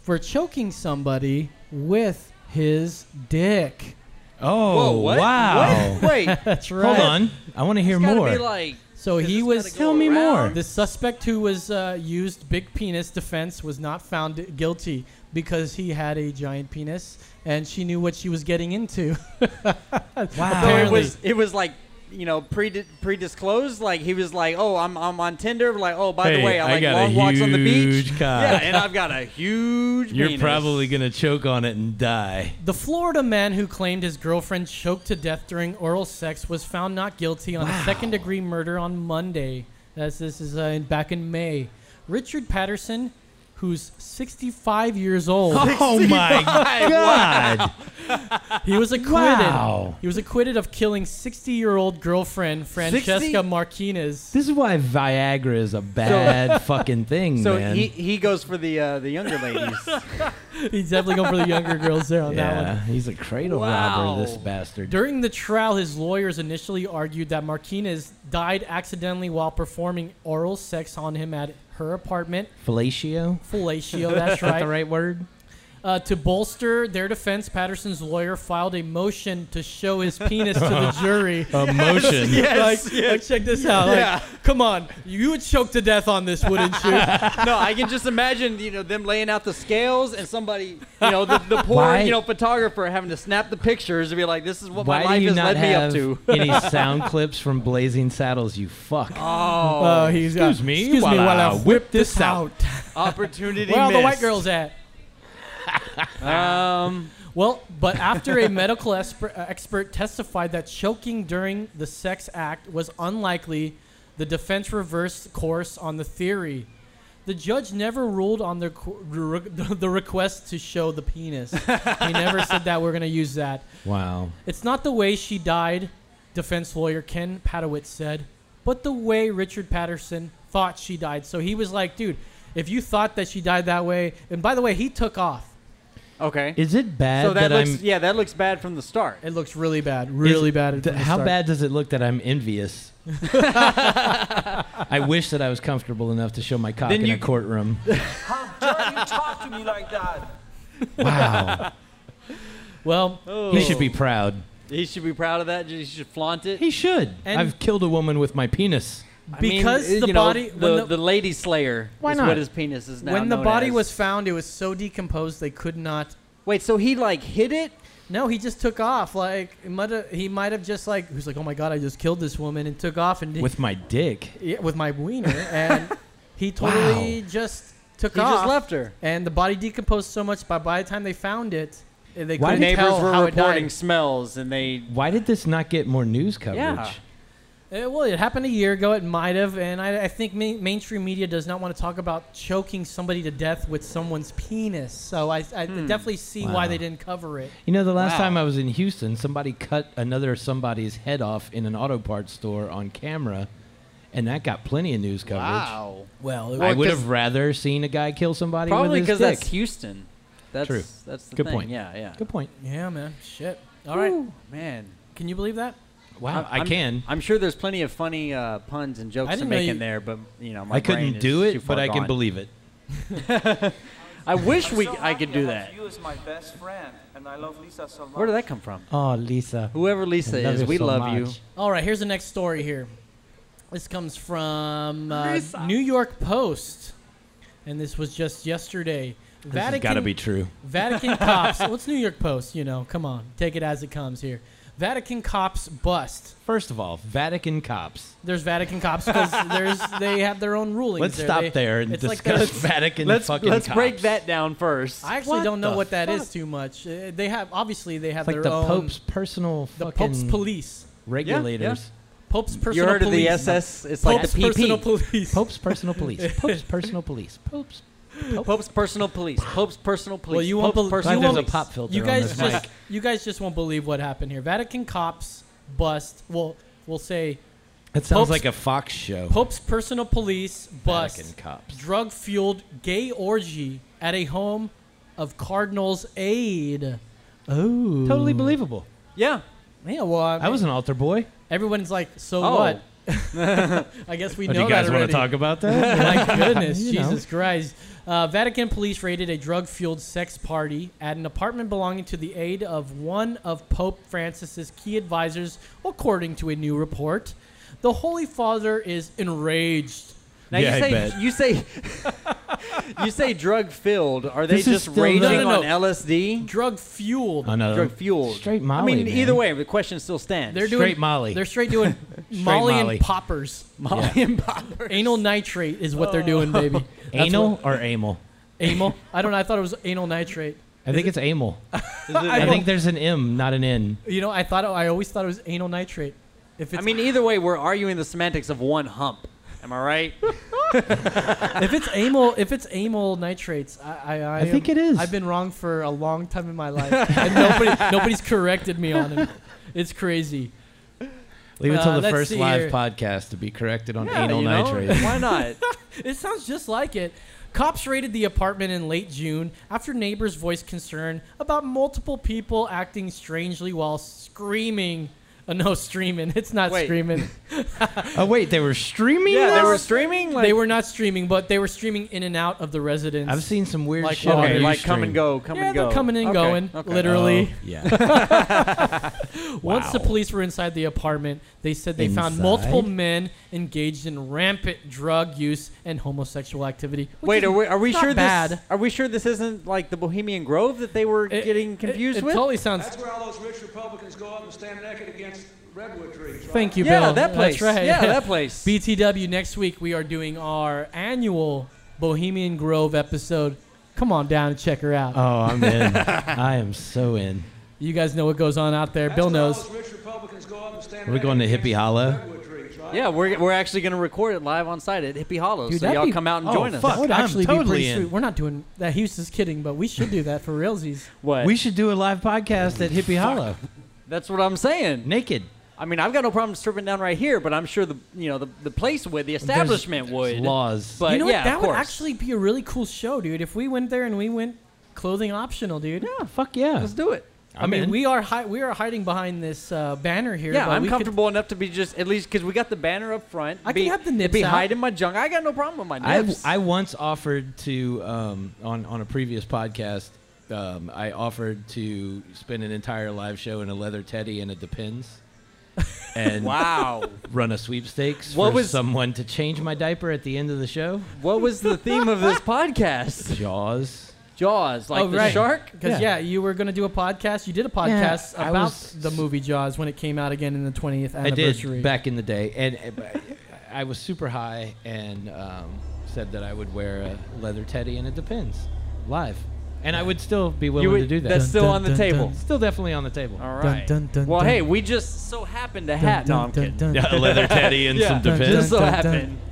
Speaker 8: for choking somebody with his dick.
Speaker 10: Oh
Speaker 9: Whoa, what?
Speaker 10: wow!
Speaker 9: What? Wait,
Speaker 8: That's right.
Speaker 10: Hold on, I want to hear
Speaker 9: it's gotta
Speaker 10: more.
Speaker 9: be like
Speaker 8: So
Speaker 9: Does
Speaker 8: he
Speaker 9: this
Speaker 8: was.
Speaker 9: gotta go Tell me around? more.
Speaker 8: The suspect who was uh, used big penis defense was not found guilty because he had a giant penis and she knew what she was getting into.
Speaker 9: So
Speaker 8: Apparently.
Speaker 9: it was it was like you know, pre pre disclosed. Like he was like, "Oh, I'm I'm on Tinder." Like, "Oh, by the
Speaker 10: Hey,
Speaker 9: way, I,
Speaker 10: I
Speaker 9: like
Speaker 10: got a
Speaker 9: long walks on the beach."
Speaker 10: huge cock.
Speaker 9: Yeah, and I've got a huge.
Speaker 10: You're
Speaker 9: penis.
Speaker 10: probably gonna choke on it and die.
Speaker 8: The Florida man who claimed his girlfriend choked to death during oral sex was found not guilty on second degree murder on Monday. That's, this is uh, in, back in May. Richard Patterson, who's 65 years old.
Speaker 10: Oh my 65, God.
Speaker 8: he was acquitted.
Speaker 10: Ah, Wow.
Speaker 8: He was acquitted of killing 60 year old girlfriend Francesca
Speaker 9: 60?
Speaker 8: Martinez.
Speaker 10: This is why Viagra is a bad fucking thing,
Speaker 9: So
Speaker 10: man.
Speaker 9: he he goes for the uh, the younger ladies.
Speaker 8: He's definitely going for the younger girls there on that one.
Speaker 10: yeah, he's a cradle robber. This bastard.
Speaker 8: During the trial, his lawyers initially argued that Martinez died accidentally while performing oral sex on him at her apartment.
Speaker 10: Fellatio.
Speaker 8: Fellatio, that's
Speaker 10: Is that
Speaker 8: right.
Speaker 10: the right word?
Speaker 8: Uh, to bolster their defense, Patterson's lawyer filed a motion to show his penis to the jury.
Speaker 10: A motion. Yes,
Speaker 8: Yes, like, like, check this out. Like,
Speaker 9: Yeah.
Speaker 8: Come on, you would choke to death on this, wouldn't you?
Speaker 9: no, I can just imagine you know them laying out the scales and somebody you know the, the poor
Speaker 10: Why-
Speaker 9: you know photographer having to snap the pictures and be like, "This is what
Speaker 10: Why
Speaker 9: my life
Speaker 10: do you
Speaker 9: has
Speaker 10: not
Speaker 9: led
Speaker 10: have
Speaker 9: me up to."
Speaker 10: any sound clips from Blazing Saddles? You fuck.
Speaker 9: Oh.
Speaker 8: Oh, he's, uh,
Speaker 10: excuse me.
Speaker 8: excuse me while I whip this out.
Speaker 9: Opportunity.
Speaker 8: Where are the white
Speaker 9: missed.
Speaker 8: girls at?
Speaker 9: Um.
Speaker 8: Well, but after a medical esper- uh, expert testified that choking during the sex act was unlikely, the defense reversed course on the theory. The judge never ruled on the qu- re- the request to show the penis. he never said that we're going to use that.
Speaker 10: Wow.
Speaker 8: It's not the way she died, defense lawyer Ken Padowitz said, but the way Richard Patterson thought she died. So he was like, dude, if you thought that she died that way, and by the way, he took off.
Speaker 9: Okay.
Speaker 10: Is it bad
Speaker 9: So that,
Speaker 10: that
Speaker 9: looks
Speaker 10: I'm-
Speaker 9: yeah, that looks bad from the start.
Speaker 8: It looks really bad, really
Speaker 10: Is-
Speaker 8: bad.
Speaker 10: th-
Speaker 8: from the
Speaker 10: how
Speaker 8: start.
Speaker 10: bad does it look that I'm envious? I wish that I was comfortable enough to show my cock
Speaker 6: Then
Speaker 10: in
Speaker 6: you-
Speaker 10: a courtroom.
Speaker 6: How dare you talk to me like that?
Speaker 10: wow.
Speaker 8: Well,
Speaker 9: Oh.
Speaker 10: He should be proud.
Speaker 9: He should be proud of that. He should flaunt it.
Speaker 10: He should.
Speaker 9: And-
Speaker 10: I've killed a woman with my penis.
Speaker 9: I mean, uh,
Speaker 8: Because
Speaker 9: you
Speaker 8: the
Speaker 9: know,
Speaker 8: body- when
Speaker 9: the,
Speaker 8: the-
Speaker 9: the, lady slayer,
Speaker 8: Why
Speaker 9: is
Speaker 8: not?
Speaker 9: what his penis is now.
Speaker 8: when the
Speaker 9: known
Speaker 8: body
Speaker 9: as.
Speaker 8: was found, it was so decomposed they could not.
Speaker 9: Wait, so he like hit it?
Speaker 8: No, he just took off. Like it might've- he might have just like he was like, oh my god, I just killed this woman and took off and
Speaker 10: With my dick.
Speaker 8: yeah, with my wiener and he totally just took
Speaker 9: He
Speaker 8: off.
Speaker 9: just left her.
Speaker 8: and the body decomposed so much. By by the time they found it, eh, they
Speaker 10: Why
Speaker 8: couldn't
Speaker 10: did-
Speaker 8: tell
Speaker 9: Neighbors
Speaker 8: how
Speaker 9: were
Speaker 8: it died.
Speaker 9: reporting smells, and they
Speaker 10: Why did this not get more news coverage?
Speaker 9: Yeah.
Speaker 8: Eh, well, it happened a year ago. It might have, and I, I think main, mainstream media does not want to talk about choking somebody to death with someone's penis. So I, I definitely see why
Speaker 10: Hmm. Wow.
Speaker 8: they didn't cover it.
Speaker 10: You know, the last
Speaker 8: Wow.
Speaker 10: time I was in Houston, somebody cut another somebody's head off in an auto parts store on camera, and that got plenty of news coverage.
Speaker 8: Well,
Speaker 10: I would have rather seen a guy kill somebody
Speaker 9: probably
Speaker 10: with
Speaker 9: because
Speaker 10: his dick.
Speaker 9: that's Houston. That's
Speaker 10: True.
Speaker 9: That's the
Speaker 10: Good
Speaker 9: thing.
Speaker 10: point.
Speaker 9: Yeah, yeah.
Speaker 10: Good point.
Speaker 8: Yeah, man. Shit. All right,
Speaker 9: man.
Speaker 8: Can you believe that?
Speaker 10: Wow, I
Speaker 9: I'm-
Speaker 10: can.
Speaker 9: I'm sure there's plenty of funny uh, puns and jokes
Speaker 8: I
Speaker 9: to
Speaker 8: didn't know
Speaker 9: make
Speaker 8: you-
Speaker 9: in there, but you know, my
Speaker 10: I couldn't
Speaker 9: brain
Speaker 10: do
Speaker 9: is too
Speaker 10: it, but
Speaker 9: far
Speaker 10: I can
Speaker 9: gone.
Speaker 10: believe it.
Speaker 9: I wish
Speaker 19: I'm
Speaker 9: we
Speaker 19: so
Speaker 9: I could
Speaker 19: happy have
Speaker 9: do that.
Speaker 19: You as my best friend, and I love Lisa so much.
Speaker 9: Where did that come from?
Speaker 10: Oh, Lisa.
Speaker 9: Whoever Lisa is, we love you.
Speaker 8: All right, here's the next story here. This comes from uh, New York Post, and this was just yesterday.
Speaker 10: This has gotta be true.
Speaker 8: Vatican cops. What's New York Post? You know, come on, take it as it comes here. Vatican cops bust.
Speaker 10: First of all, Vatican cops.
Speaker 8: There's Vatican cops because there's they have their own rulings.
Speaker 10: Let's
Speaker 8: there.
Speaker 10: stop
Speaker 8: They-
Speaker 10: there and
Speaker 8: it's like
Speaker 10: discuss
Speaker 8: those-
Speaker 10: Vatican
Speaker 9: Let's
Speaker 10: fucking
Speaker 9: let's
Speaker 10: cops.
Speaker 9: break that down first.
Speaker 8: I actually don't know what that is too much. Uh, they have obviously they have
Speaker 10: It's like
Speaker 8: their
Speaker 10: the
Speaker 8: own
Speaker 10: Pope's personal
Speaker 8: the
Speaker 10: fucking
Speaker 8: Pope's police
Speaker 10: regulators.
Speaker 8: Pope's personal police.
Speaker 9: heard of the SS? It's like the
Speaker 8: Pope's
Speaker 9: PP.
Speaker 8: personal police.
Speaker 10: Pope's personal police. Pope's personal police. Pope's.
Speaker 9: Pope's personal police. Pope's personal police.
Speaker 8: Well, you won't
Speaker 9: Pope's
Speaker 8: believe.
Speaker 9: personal
Speaker 10: there's a
Speaker 9: police.
Speaker 10: pop filter
Speaker 8: You
Speaker 10: on
Speaker 8: guys
Speaker 10: this
Speaker 8: just
Speaker 10: mic.
Speaker 8: you guys just won't believe what happened here. Vatican cops bust. Well, we'll say
Speaker 10: That sounds
Speaker 8: Pope's-
Speaker 10: like a Fox show.
Speaker 8: Pope's personal police bust
Speaker 10: Vatican cops.
Speaker 8: drug fueled gay orgy at a home of Cardinals aide. Oh,
Speaker 10: Totally believable.
Speaker 9: Yeah.
Speaker 8: Yeah, well, I,
Speaker 10: I was an altar boy.
Speaker 8: Everyone's like, so
Speaker 10: Oh.
Speaker 8: what? I guess we
Speaker 10: Oh, do
Speaker 8: know
Speaker 10: you guys
Speaker 8: that
Speaker 10: wanna
Speaker 8: already.
Speaker 10: talk about that?
Speaker 8: My goodness,
Speaker 10: You know.
Speaker 8: Jesus Christ! Uh, Vatican police raided a drug-fueled sex party at an apartment belonging to the aide of one of Pope Francis's key advisors, according to a new report. The Holy Father is enraged.
Speaker 9: Now you say you say you say drug filled. Are they just raging on LSD?
Speaker 8: Drug fueled.
Speaker 10: I know.
Speaker 9: Drug fueled.
Speaker 10: Straight
Speaker 9: I
Speaker 10: Molly,
Speaker 9: mean,
Speaker 10: man.
Speaker 9: either way, the question still stands.
Speaker 8: They're doing They're straight doing
Speaker 9: Straight
Speaker 8: Molly,
Speaker 10: Molly.
Speaker 8: and poppers.
Speaker 10: Molly
Speaker 8: and poppers. Anal nitrate is what they're doing, baby. That's
Speaker 10: anal
Speaker 8: what-
Speaker 10: or amyl?
Speaker 8: anal. I don't know. I thought it was anal nitrate.
Speaker 10: I think it's amyl.
Speaker 8: it-
Speaker 10: I think there's an M, not an N.
Speaker 8: You know, I thought I always thought it was anal nitrate. If
Speaker 9: I
Speaker 8: it's
Speaker 9: mean, either way, we're arguing the semantics of one hump. Am I right?
Speaker 8: if it's amyl, if it's amyl nitrates, I I, I,
Speaker 10: I think
Speaker 8: am-
Speaker 10: it is.
Speaker 8: I've been wrong for a long time in my life, and nobody nobody's corrected me on it. It's crazy.
Speaker 10: Leave it till
Speaker 8: Uh,
Speaker 10: the
Speaker 8: let's
Speaker 10: first
Speaker 8: see
Speaker 10: live
Speaker 8: here.
Speaker 10: podcast to be corrected on
Speaker 8: Yeah,
Speaker 10: anal
Speaker 8: you know?
Speaker 10: nitrate.
Speaker 9: Why not?
Speaker 8: it sounds just like it. Cops raided the apartment in late June after neighbors voiced concern about multiple people acting strangely while screaming. Uh, no, streaming. It's not
Speaker 10: Wait.
Speaker 8: streaming.
Speaker 10: oh wait, they were streaming.
Speaker 8: Yeah, they
Speaker 10: now?
Speaker 8: were streaming,
Speaker 9: Oh,
Speaker 8: They were not streaming, but they were streaming in and out of the residence.
Speaker 10: I've seen some weird
Speaker 8: Like
Speaker 10: shit. on
Speaker 8: okay,
Speaker 10: Ustream.
Speaker 9: like come and go, come
Speaker 8: yeah,
Speaker 9: and
Speaker 8: they're
Speaker 9: go.
Speaker 8: coming and
Speaker 9: Okay,
Speaker 8: going,
Speaker 9: okay.
Speaker 8: literally.
Speaker 10: Oh, yeah.
Speaker 8: Once the
Speaker 10: Wow.
Speaker 8: police were inside the apartment, they said they found
Speaker 10: Inside?
Speaker 8: multiple men engaged in rampant drug use and homosexual activity. which
Speaker 9: Wait,
Speaker 8: is
Speaker 9: are we, are we
Speaker 8: not
Speaker 9: sure
Speaker 8: bad.
Speaker 9: this? Are we sure this isn't like the Bohemian Grove that they were getting confused
Speaker 8: it
Speaker 9: with?
Speaker 8: totally sounds-
Speaker 14: That's where all those rich Republicans go up and stand naked against redwood trees. right?
Speaker 8: Thank you,
Speaker 9: Yeah,
Speaker 8: Bill.
Speaker 9: that place.
Speaker 8: That's right.
Speaker 9: Yeah, that place.
Speaker 8: BTW. Next week we are doing our annual Bohemian Grove episode. Come on down and check her out.
Speaker 10: Oh, I'm in. I am so in.
Speaker 8: You guys know what goes on out there. Bill knows.
Speaker 10: Are we going to Hippie Hollow?
Speaker 9: Yeah, we're, we're actually going to record it live on site at Hippie Hollow, so
Speaker 8: that'd
Speaker 9: y'all
Speaker 8: be- oh,
Speaker 9: come out and join us.
Speaker 8: That would actually be pretty sweet. We're not doing that. He was just kidding, but we should do that for realsies.
Speaker 9: What?
Speaker 10: We should do a live podcast at Hippie Hollow.
Speaker 9: That's what I'm saying.
Speaker 10: Naked.
Speaker 9: I mean, I've got no problem stripping down right here, but I'm sure the you know the, the place would, the establishment would.
Speaker 10: laws.
Speaker 9: But
Speaker 8: you know
Speaker 9: yeah,
Speaker 8: what? That
Speaker 9: of
Speaker 8: would
Speaker 9: course.
Speaker 8: actually be a really cool show, dude. If we went there and we went clothing optional, dude.
Speaker 10: Yeah, fuck yeah.
Speaker 9: Let's do it.
Speaker 8: I mean, we are hi- we are hiding behind this uh, banner here.
Speaker 9: Yeah,
Speaker 8: but
Speaker 9: I'm
Speaker 8: we could-
Speaker 9: comfortable enough to be just at least because we got the banner up front.
Speaker 8: I
Speaker 9: be,
Speaker 8: can have the nips
Speaker 9: Be
Speaker 8: out.
Speaker 9: hiding my junk. I got no problem with my
Speaker 10: I,
Speaker 9: nips.
Speaker 10: I once offered to um, on on a previous podcast. Um, I offered to spend an entire live show in a leather teddy and a depends, and
Speaker 9: Wow.
Speaker 10: run a sweepstakes
Speaker 9: What
Speaker 10: for
Speaker 9: was-
Speaker 10: someone to change my diaper at the end of the show.
Speaker 9: what was the theme of this podcast?
Speaker 10: Jaws.
Speaker 9: Jaws, like
Speaker 8: oh,
Speaker 9: the
Speaker 8: right.
Speaker 9: shark.
Speaker 8: Because yeah. you were gonna do a podcast. You did a podcast
Speaker 10: I
Speaker 8: about
Speaker 10: was-
Speaker 8: the movie Jaws when it came out again in the 20th
Speaker 10: I
Speaker 8: anniversary.
Speaker 10: did back in the day, and uh, but I was super high and um, said that I would wear a leather teddy and it depends live, and I would still be willing
Speaker 9: would-
Speaker 10: to do that.
Speaker 9: that's still on the table.
Speaker 10: Still definitely on the table.
Speaker 9: All right. well, hey, we just so happened to have. No, I'm kidding.
Speaker 10: Yeah, a leather teddy and
Speaker 9: Yeah,
Speaker 10: some Depends.
Speaker 9: Just so
Speaker 10: Dun, dun,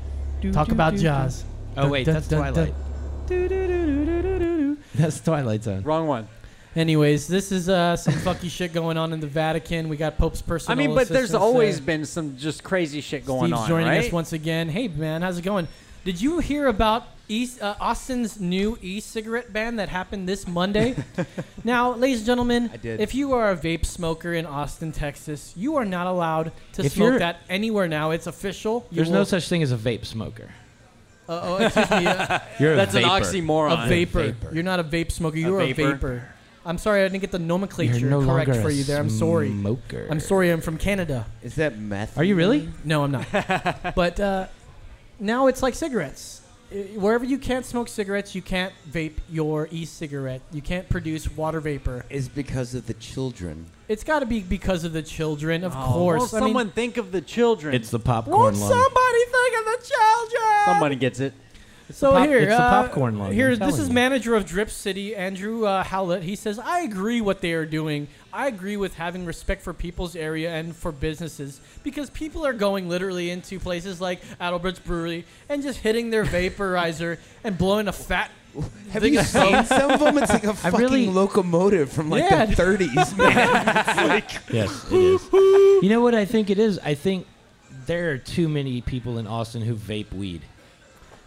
Speaker 9: happened.
Speaker 8: Talk about Jaws.
Speaker 10: Oh wait, that's Twilight. That's Twilight Zone.
Speaker 9: Wrong one.
Speaker 8: Anyways, this is uh, some fucky shit going on in the Vatican. We got Pope's
Speaker 9: I
Speaker 8: personal.
Speaker 9: mean, but there's
Speaker 8: assistants
Speaker 9: always
Speaker 8: there.
Speaker 9: been some just crazy shit going
Speaker 8: Steve's
Speaker 9: on,
Speaker 8: joining
Speaker 9: right?
Speaker 8: us once again. Hey man, how's it going? Did you hear about e- uh, Austin's new e-cigarette ban that happened this Monday? now, ladies and gentlemen,
Speaker 10: did.
Speaker 8: if you are a vape smoker in Austin, Texas, you are not allowed to
Speaker 10: If
Speaker 8: smoke
Speaker 10: you're-
Speaker 8: that anywhere now. It's official. You
Speaker 10: There's no
Speaker 8: will-
Speaker 10: such thing as a vape smoker.
Speaker 8: Uh, oh, excuse me. uh,
Speaker 10: You're a
Speaker 9: That's an
Speaker 10: vapor.
Speaker 9: oxymoron.
Speaker 8: A vapor.
Speaker 10: Vapor.
Speaker 8: You're not a vape smoker. You're a vapor.
Speaker 9: vapor.
Speaker 8: I'm sorry, I didn't get the nomenclature
Speaker 10: You're no
Speaker 8: correct
Speaker 10: longer
Speaker 8: for
Speaker 10: a
Speaker 8: you there. I'm sorry.
Speaker 10: smoker.
Speaker 8: I'm sorry. I'm from Canada.
Speaker 11: Is that meth?
Speaker 10: Are you really?
Speaker 8: Mm-hmm. No, I'm not. but uh, now it's like cigarettes. I- Wherever you can't smoke cigarettes, you can't vape your e-cigarette. You can't produce water vapor.
Speaker 11: Is because of the children.
Speaker 8: It's got to be because of the children, of
Speaker 9: Oh,
Speaker 8: course.
Speaker 9: won't someone think of the children.
Speaker 10: It's the popcorn lung.
Speaker 8: somebody think of the children?
Speaker 9: Somebody gets it.
Speaker 8: So
Speaker 10: the pop-
Speaker 8: here,
Speaker 10: it's the
Speaker 8: uh,
Speaker 10: popcorn lung,
Speaker 8: Here,
Speaker 10: I'm
Speaker 8: this
Speaker 10: telling
Speaker 8: is
Speaker 10: you.
Speaker 8: manager of Drip City, Andrew uh, Howlett. He says, "I agree what they are doing. I agree with having respect for people's area and for businesses because people are going literally into places like Adelbert's Brewery and just hitting their vaporizer and blowing a fat."
Speaker 11: Have
Speaker 8: thing
Speaker 11: you
Speaker 8: of
Speaker 11: seen
Speaker 8: smoke.
Speaker 11: some of them? It's like a
Speaker 8: I
Speaker 11: fucking
Speaker 8: really-
Speaker 11: locomotive from like
Speaker 8: Yeah.
Speaker 11: the 30s, man. It's like-
Speaker 10: Yes, it is. you know what I think it is? I think there are too many people in Austin who vape weed.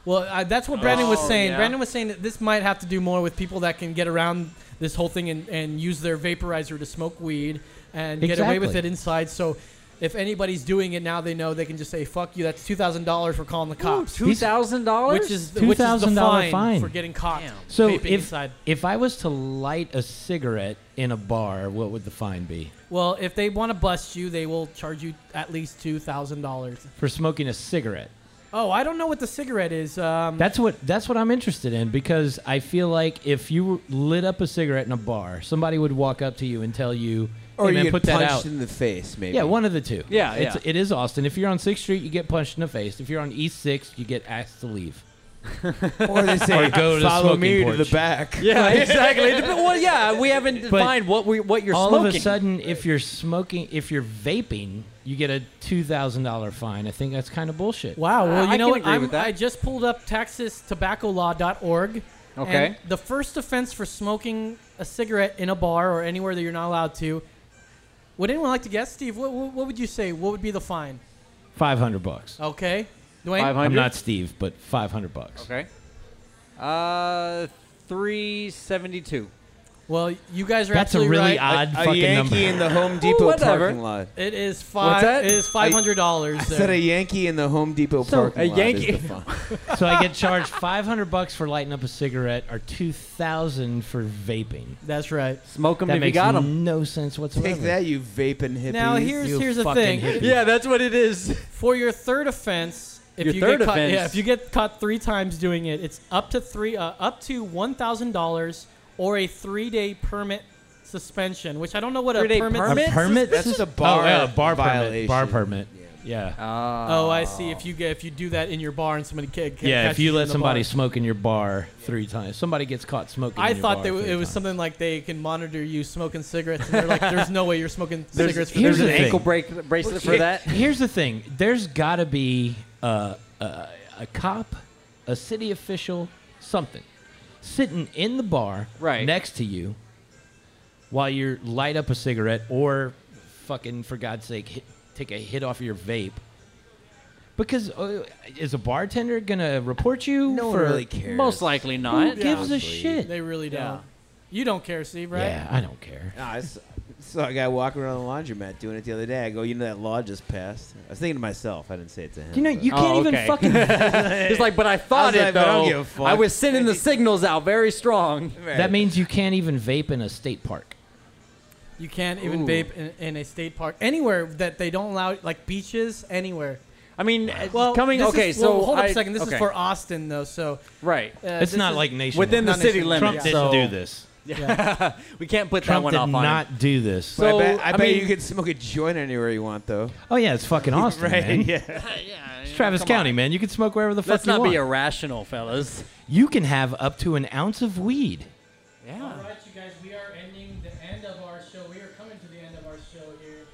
Speaker 8: Well, uh, that's what Brandon was
Speaker 9: Oh,
Speaker 8: saying.
Speaker 9: yeah.
Speaker 8: Brandon was saying that this might have to do more with people that can get around this whole thing and, and use their vaporizer to smoke weed and get away with it
Speaker 10: Exactly.
Speaker 8: inside. So if anybody's doing it now, they know they can just say, fuck you, that's $2,000 for calling the cops.
Speaker 9: Two thousand dollars,
Speaker 8: Which is, which is the
Speaker 10: $2,000
Speaker 8: fine,
Speaker 10: fine.
Speaker 8: for getting caught
Speaker 10: So
Speaker 8: vaping
Speaker 10: if
Speaker 8: inside.
Speaker 10: if I was to light a cigarette in a bar, what would the fine be
Speaker 8: Well, if they want to bust you, they will charge you at least $2,000.
Speaker 10: for smoking a cigarette?
Speaker 8: Oh, I don't know what the cigarette is. Um,
Speaker 10: That's what that's what I'm interested in because I feel like if you lit up a cigarette in a bar, somebody would walk up to you and tell you,
Speaker 11: Or
Speaker 10: hey,
Speaker 11: you
Speaker 10: man,
Speaker 11: get
Speaker 10: put that
Speaker 11: punched
Speaker 10: out
Speaker 11: in the face, maybe.
Speaker 10: Yeah, one of the two.
Speaker 11: Yeah,
Speaker 10: it's,
Speaker 11: yeah.
Speaker 10: It is Austin. If you're on Sixth Street, you get punched in the face. If you're on East Sixth, you get asked to leave.
Speaker 11: or they say,
Speaker 10: go to the
Speaker 11: "Follow
Speaker 10: smoking
Speaker 11: me to
Speaker 10: porch.
Speaker 11: the back."
Speaker 9: Yeah, exactly. It dep- well, yeah, we haven't
Speaker 10: But
Speaker 9: defined what we what you're
Speaker 10: all
Speaker 9: smoking.
Speaker 10: of a sudden, if you're smoking, if you're vaping, you get a two thousand dollar fine. I think that's kind of bullshit.
Speaker 8: Wow. Well, you know what? I'm- I just pulled up TexasTobaccoLaw.org. and
Speaker 10: Okay.
Speaker 8: the first offense for smoking a cigarette in a bar or anywhere that you're not allowed to. Would anyone like to guess, Steve? What, what, what would you say? What would be the fine?
Speaker 10: Five hundred bucks.
Speaker 8: Okay. Dwayne?
Speaker 10: I'm not Steve, but five hundred bucks.
Speaker 9: Okay. Uh, three seventy-two.
Speaker 8: Well, you guys are
Speaker 10: That's a
Speaker 8: absolutely
Speaker 10: really
Speaker 8: right.
Speaker 10: odd A- a fucking Yankee number. in the Home Depot
Speaker 9: Whatever.
Speaker 11: parking lot.
Speaker 8: It is
Speaker 11: What's
Speaker 8: five.
Speaker 11: that?
Speaker 8: It is five hundred dollars.
Speaker 11: I said a Yankee in the Home Depot parking lot. Is the fun.
Speaker 10: so I get charged five hundred bucks for lighting up a cigarette, or two thousand for vaping.
Speaker 8: That's right.
Speaker 10: Smoke
Speaker 9: 'em
Speaker 10: that
Speaker 9: if you
Speaker 10: makes
Speaker 9: got 'em.
Speaker 10: No sense whatsoever.
Speaker 11: Take that, you vaping hippie.
Speaker 8: Now here's here's the thing.
Speaker 9: that's what it is.
Speaker 8: For your third offense, if
Speaker 9: Your
Speaker 8: you
Speaker 9: third
Speaker 8: get caught,
Speaker 9: offense.
Speaker 8: yeah, if you get caught three times doing it, it's up to three, uh, up to one thousand dollars or a three-day permit suspension. Which I don't know what a
Speaker 9: Three-day
Speaker 8: permit.
Speaker 10: A permit?
Speaker 8: suspension-
Speaker 10: Oh, yeah, a bar permit. Bar permit. Yeah.
Speaker 8: Oh, I see. If you get if you do that in your bar and somebody ca- ca-
Speaker 10: yeah, if
Speaker 8: catches
Speaker 10: you
Speaker 8: in
Speaker 10: let
Speaker 8: the
Speaker 10: somebody
Speaker 8: bar.
Speaker 10: smoke in your bar three times, somebody gets caught smoking.
Speaker 8: I
Speaker 10: in your
Speaker 8: thought
Speaker 10: bar
Speaker 8: they, w-
Speaker 10: three
Speaker 8: it was something like they can monitor you smoking cigarettes, and they're like, "There's no way you're smoking
Speaker 10: There's-
Speaker 8: cigarettes." For
Speaker 10: here's
Speaker 8: this."
Speaker 10: the thing.
Speaker 9: break- bracelet for
Speaker 10: Here-
Speaker 9: that?
Speaker 10: Here's the thing: there's got to be a, a a cop, a city official, something sitting in the bar
Speaker 9: Right.
Speaker 10: next to you while you light up a cigarette or fucking for God's sake hit, take a hit off your vape. Because uh, is a bartender gonna report you?
Speaker 8: No
Speaker 10: for
Speaker 8: one really cares.
Speaker 9: Most likely
Speaker 10: Who
Speaker 9: not.
Speaker 10: gives a
Speaker 11: Honestly.
Speaker 10: shit?
Speaker 8: They really don't.
Speaker 11: Yeah.
Speaker 8: You don't care, Steve, right?
Speaker 10: Yeah, I don't care.
Speaker 11: Nah, I s- saw a guy walking around the laundromat doing it the other day. I go, you know that law just passed. I was thinking to myself. I did't say it to him.
Speaker 10: You know, you
Speaker 11: but-
Speaker 10: can't even fucking.
Speaker 9: It's like, but Oh, I thought
Speaker 11: I was
Speaker 9: it
Speaker 11: like,
Speaker 9: though.
Speaker 11: but I don't give a fuck.
Speaker 9: I was sending the signals out very strong.
Speaker 10: That means you can't even vape in a state park.
Speaker 8: You can't even
Speaker 9: Ooh.
Speaker 8: vape in, in a state park anywhere that they don't allow, like beaches, anywhere.
Speaker 9: I mean, uh,
Speaker 8: well,
Speaker 9: coming-
Speaker 8: this
Speaker 9: okay,
Speaker 8: Is,
Speaker 9: so
Speaker 8: well, hold up
Speaker 9: I-
Speaker 8: a second. This
Speaker 9: okay.
Speaker 8: is for Austin, though. So
Speaker 9: Right.
Speaker 10: It's not like
Speaker 8: nation
Speaker 10: nationwide. Within the city limits, Trump didn't do this.
Speaker 9: Yeah. we can't put that
Speaker 10: Trump
Speaker 9: one
Speaker 10: did
Speaker 9: off on
Speaker 10: not
Speaker 9: him.
Speaker 10: do this.
Speaker 11: I
Speaker 9: So,
Speaker 11: bet, I
Speaker 9: I
Speaker 11: bet
Speaker 9: mean-
Speaker 11: you could smoke a joint anywhere you want, though.
Speaker 10: Oh yeah, it's fucking Austin,
Speaker 11: right?
Speaker 10: man.
Speaker 11: Yeah.
Speaker 10: It's Travis
Speaker 9: come
Speaker 10: County, man. You can smoke wherever the fuck
Speaker 9: Let's
Speaker 10: you
Speaker 9: not
Speaker 10: want.
Speaker 9: be irrational, fellas.
Speaker 10: you can have up to an ounce of weed.
Speaker 9: Yeah.
Speaker 8: All right, you guys. We are ending the end of our show. We are coming to the end of our show here.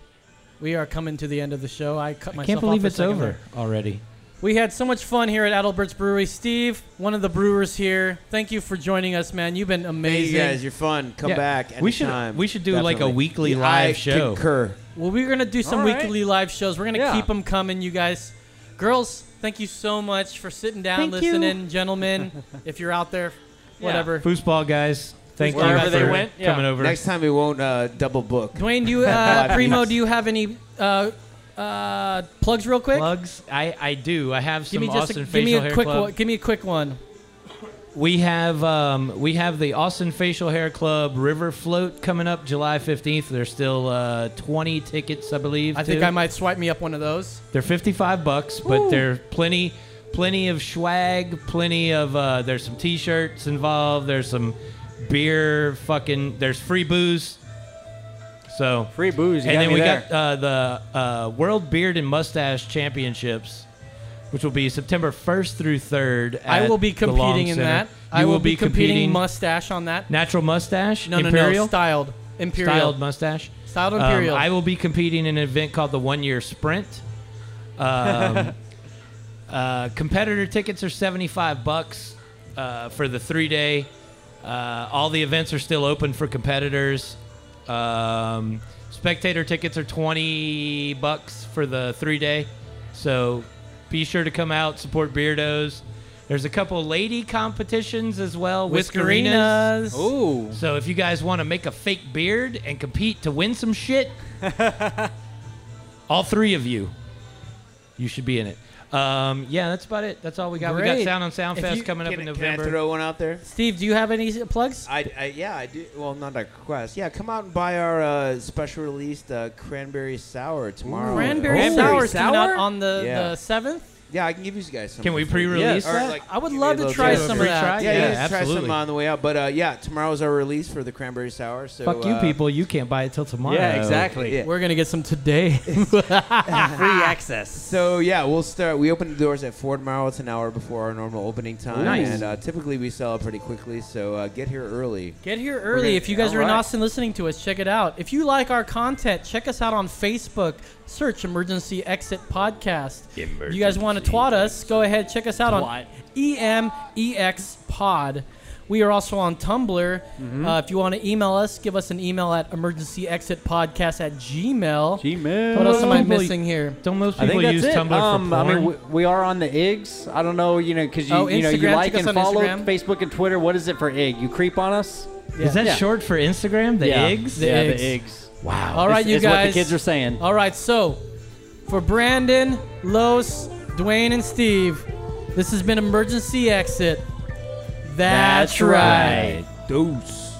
Speaker 8: We are coming to the end of the show. I cut myself.
Speaker 10: Can't believe
Speaker 8: off a
Speaker 10: it's
Speaker 8: second
Speaker 10: over
Speaker 8: there.
Speaker 10: already.
Speaker 8: We had so much fun here at Adalbert's Brewery. Steve, one of the brewers here. Thank you for joining us, man. You've been
Speaker 11: Hey,
Speaker 8: amazing.
Speaker 11: you guys, you're fun. Come
Speaker 10: Yeah.
Speaker 11: back.
Speaker 10: We should-
Speaker 11: anytime.
Speaker 10: we should do, like, a
Speaker 11: Definitely.
Speaker 10: weekly
Speaker 11: Yeah,
Speaker 10: live
Speaker 11: I
Speaker 10: show.
Speaker 11: Concur.
Speaker 8: Well, we're gonna do some
Speaker 9: All right.
Speaker 8: weekly live shows. We're gonna keep 'em
Speaker 9: Yeah.
Speaker 8: keep them coming, you guys. Girls, thank you so much for sitting down,
Speaker 9: Thank
Speaker 8: listening, gentlemen. if you're out there,
Speaker 9: Yeah.
Speaker 8: whatever.
Speaker 10: Foosball guys, thank you
Speaker 9: Wherever
Speaker 10: for
Speaker 9: they went, yeah.
Speaker 10: coming over.
Speaker 11: Next time we won't uh, double book.
Speaker 8: Dwayne, do you, uh,
Speaker 11: Live
Speaker 8: Primo,
Speaker 11: feeds.
Speaker 8: do you have any uh, uh, plugs real quick?
Speaker 10: Plugs. I, I do. I have
Speaker 8: Give
Speaker 10: some
Speaker 8: me just
Speaker 10: Austin
Speaker 8: a,
Speaker 10: facial
Speaker 8: give me a
Speaker 10: hair
Speaker 8: quick
Speaker 10: club.
Speaker 8: one. Give me a quick one.
Speaker 10: We have um, we have the Austin Facial Hair Club River Float coming up July fifteenth. There's still uh, twenty tickets, I believe.
Speaker 8: I think
Speaker 10: too.
Speaker 8: I might swipe me up one of those.
Speaker 10: They're fifty-five bucks, but
Speaker 8: Ooh.
Speaker 10: they're plenty, plenty of swag, plenty of. Uh, there's some T-shirts involved. There's some beer. Fucking. There's free booze. So
Speaker 9: Free booze. You
Speaker 10: and
Speaker 9: got
Speaker 10: then
Speaker 9: me
Speaker 10: we
Speaker 9: there.
Speaker 10: got uh, the uh, World Beard and Mustache Championships, which will be September first through third.
Speaker 8: I
Speaker 10: at
Speaker 8: will be
Speaker 10: the Long
Speaker 8: competing in
Speaker 10: Center.
Speaker 8: that.
Speaker 10: You
Speaker 8: I will, be competing,
Speaker 10: competing
Speaker 8: mustache on that.
Speaker 10: Natural mustache?
Speaker 8: No, no, no,
Speaker 10: Imperial?
Speaker 8: styled. Imperial.
Speaker 10: Styled mustache?
Speaker 8: Styled
Speaker 10: Um,
Speaker 8: Imperial.
Speaker 10: I will be competing in an event called the One Year Sprint. Um, uh, competitor tickets are 75 bucks uh, for the three day. Uh, all the events are still open for competitors. Um, spectator tickets are 20 bucks for the three day. So be sure to come out, support Beardos. There's a couple lady competitions as well.
Speaker 8: Whiskerinas.
Speaker 9: Ooh.
Speaker 10: So if you guys want to make a fake beard and compete to win some shit, all three of you, you should be in it. Um, yeah, that's about it. That's all we got. We
Speaker 8: Great.
Speaker 10: got Sound on Sound
Speaker 8: If
Speaker 10: Fest
Speaker 8: you-
Speaker 10: coming up in
Speaker 11: Can I-
Speaker 10: November.
Speaker 11: Can I throw one out there?
Speaker 8: Steve, do you have any plugs?
Speaker 11: I, I yeah I do well not a quest yeah come out and buy our uh, special released uh, cranberry sour tomorrow
Speaker 8: Cranberry
Speaker 11: Ooh.
Speaker 8: sour coming out
Speaker 9: sour?
Speaker 8: on the
Speaker 11: Yeah.
Speaker 8: the seventh.
Speaker 11: Yeah, I can give you guys some.
Speaker 10: Can we
Speaker 11: for free.
Speaker 10: pre-release
Speaker 11: Or,
Speaker 10: that?
Speaker 8: I would
Speaker 11: give
Speaker 8: love
Speaker 11: you a
Speaker 8: to
Speaker 11: little
Speaker 8: try
Speaker 11: taste.
Speaker 8: some of Free that. try?
Speaker 11: Yeah,
Speaker 10: Yeah,
Speaker 11: you can try some
Speaker 10: absolutely.
Speaker 11: on the way out. But uh, yeah, tomorrow's our release for the cranberry sour. So
Speaker 10: Fuck you,
Speaker 11: uh,
Speaker 10: people. You can't buy it till tomorrow.
Speaker 11: Yeah.
Speaker 8: We're gonna get some today.
Speaker 9: Free access.
Speaker 11: So yeah, we'll start. We open the doors at four tomorrow. It's an hour before our normal opening time.
Speaker 8: Nice.
Speaker 11: And uh, typically we sell out pretty quickly, so uh, get here early.
Speaker 8: Get here
Speaker 11: We're
Speaker 8: early.
Speaker 11: gonna-
Speaker 8: if you guys
Speaker 11: All
Speaker 8: are in
Speaker 11: right.
Speaker 8: Austin listening to us, check it out. If you like our content, check us out on Facebook. Search Emergency Exit Podcast. If you guys want to twat us, go ahead, check us out
Speaker 9: Twat.
Speaker 8: on E EMEX Pod. We are also on Tumblr.
Speaker 9: Mhm.
Speaker 8: Uh, if you want to email us, give us an email at emergencyexitpodcast at gmail.
Speaker 9: Gmail.
Speaker 8: What else am I missing here?
Speaker 10: Don't most
Speaker 9: I think that's it. um, I mean, we, we are on the IGs. I don't know, you know, because you,
Speaker 8: Oh,
Speaker 9: you know, you
Speaker 8: Instagram.
Speaker 9: like
Speaker 8: Check us
Speaker 9: and
Speaker 8: on
Speaker 9: follow
Speaker 8: Instagram.
Speaker 9: Facebook and Twitter. What is it for IG? You creep on us?
Speaker 10: Is that
Speaker 9: Yeah.
Speaker 10: short for Instagram? The
Speaker 9: yeah.
Speaker 10: eggs?
Speaker 9: Yeah, the IGs. Wow.
Speaker 8: All right,
Speaker 9: Is-
Speaker 8: you
Speaker 9: is
Speaker 8: guys.
Speaker 9: What the kids are saying.
Speaker 8: All right, so for Brandon, Los, Dwayne, and Steve, this has been Emergency Exit. That's, right.
Speaker 11: Deuce.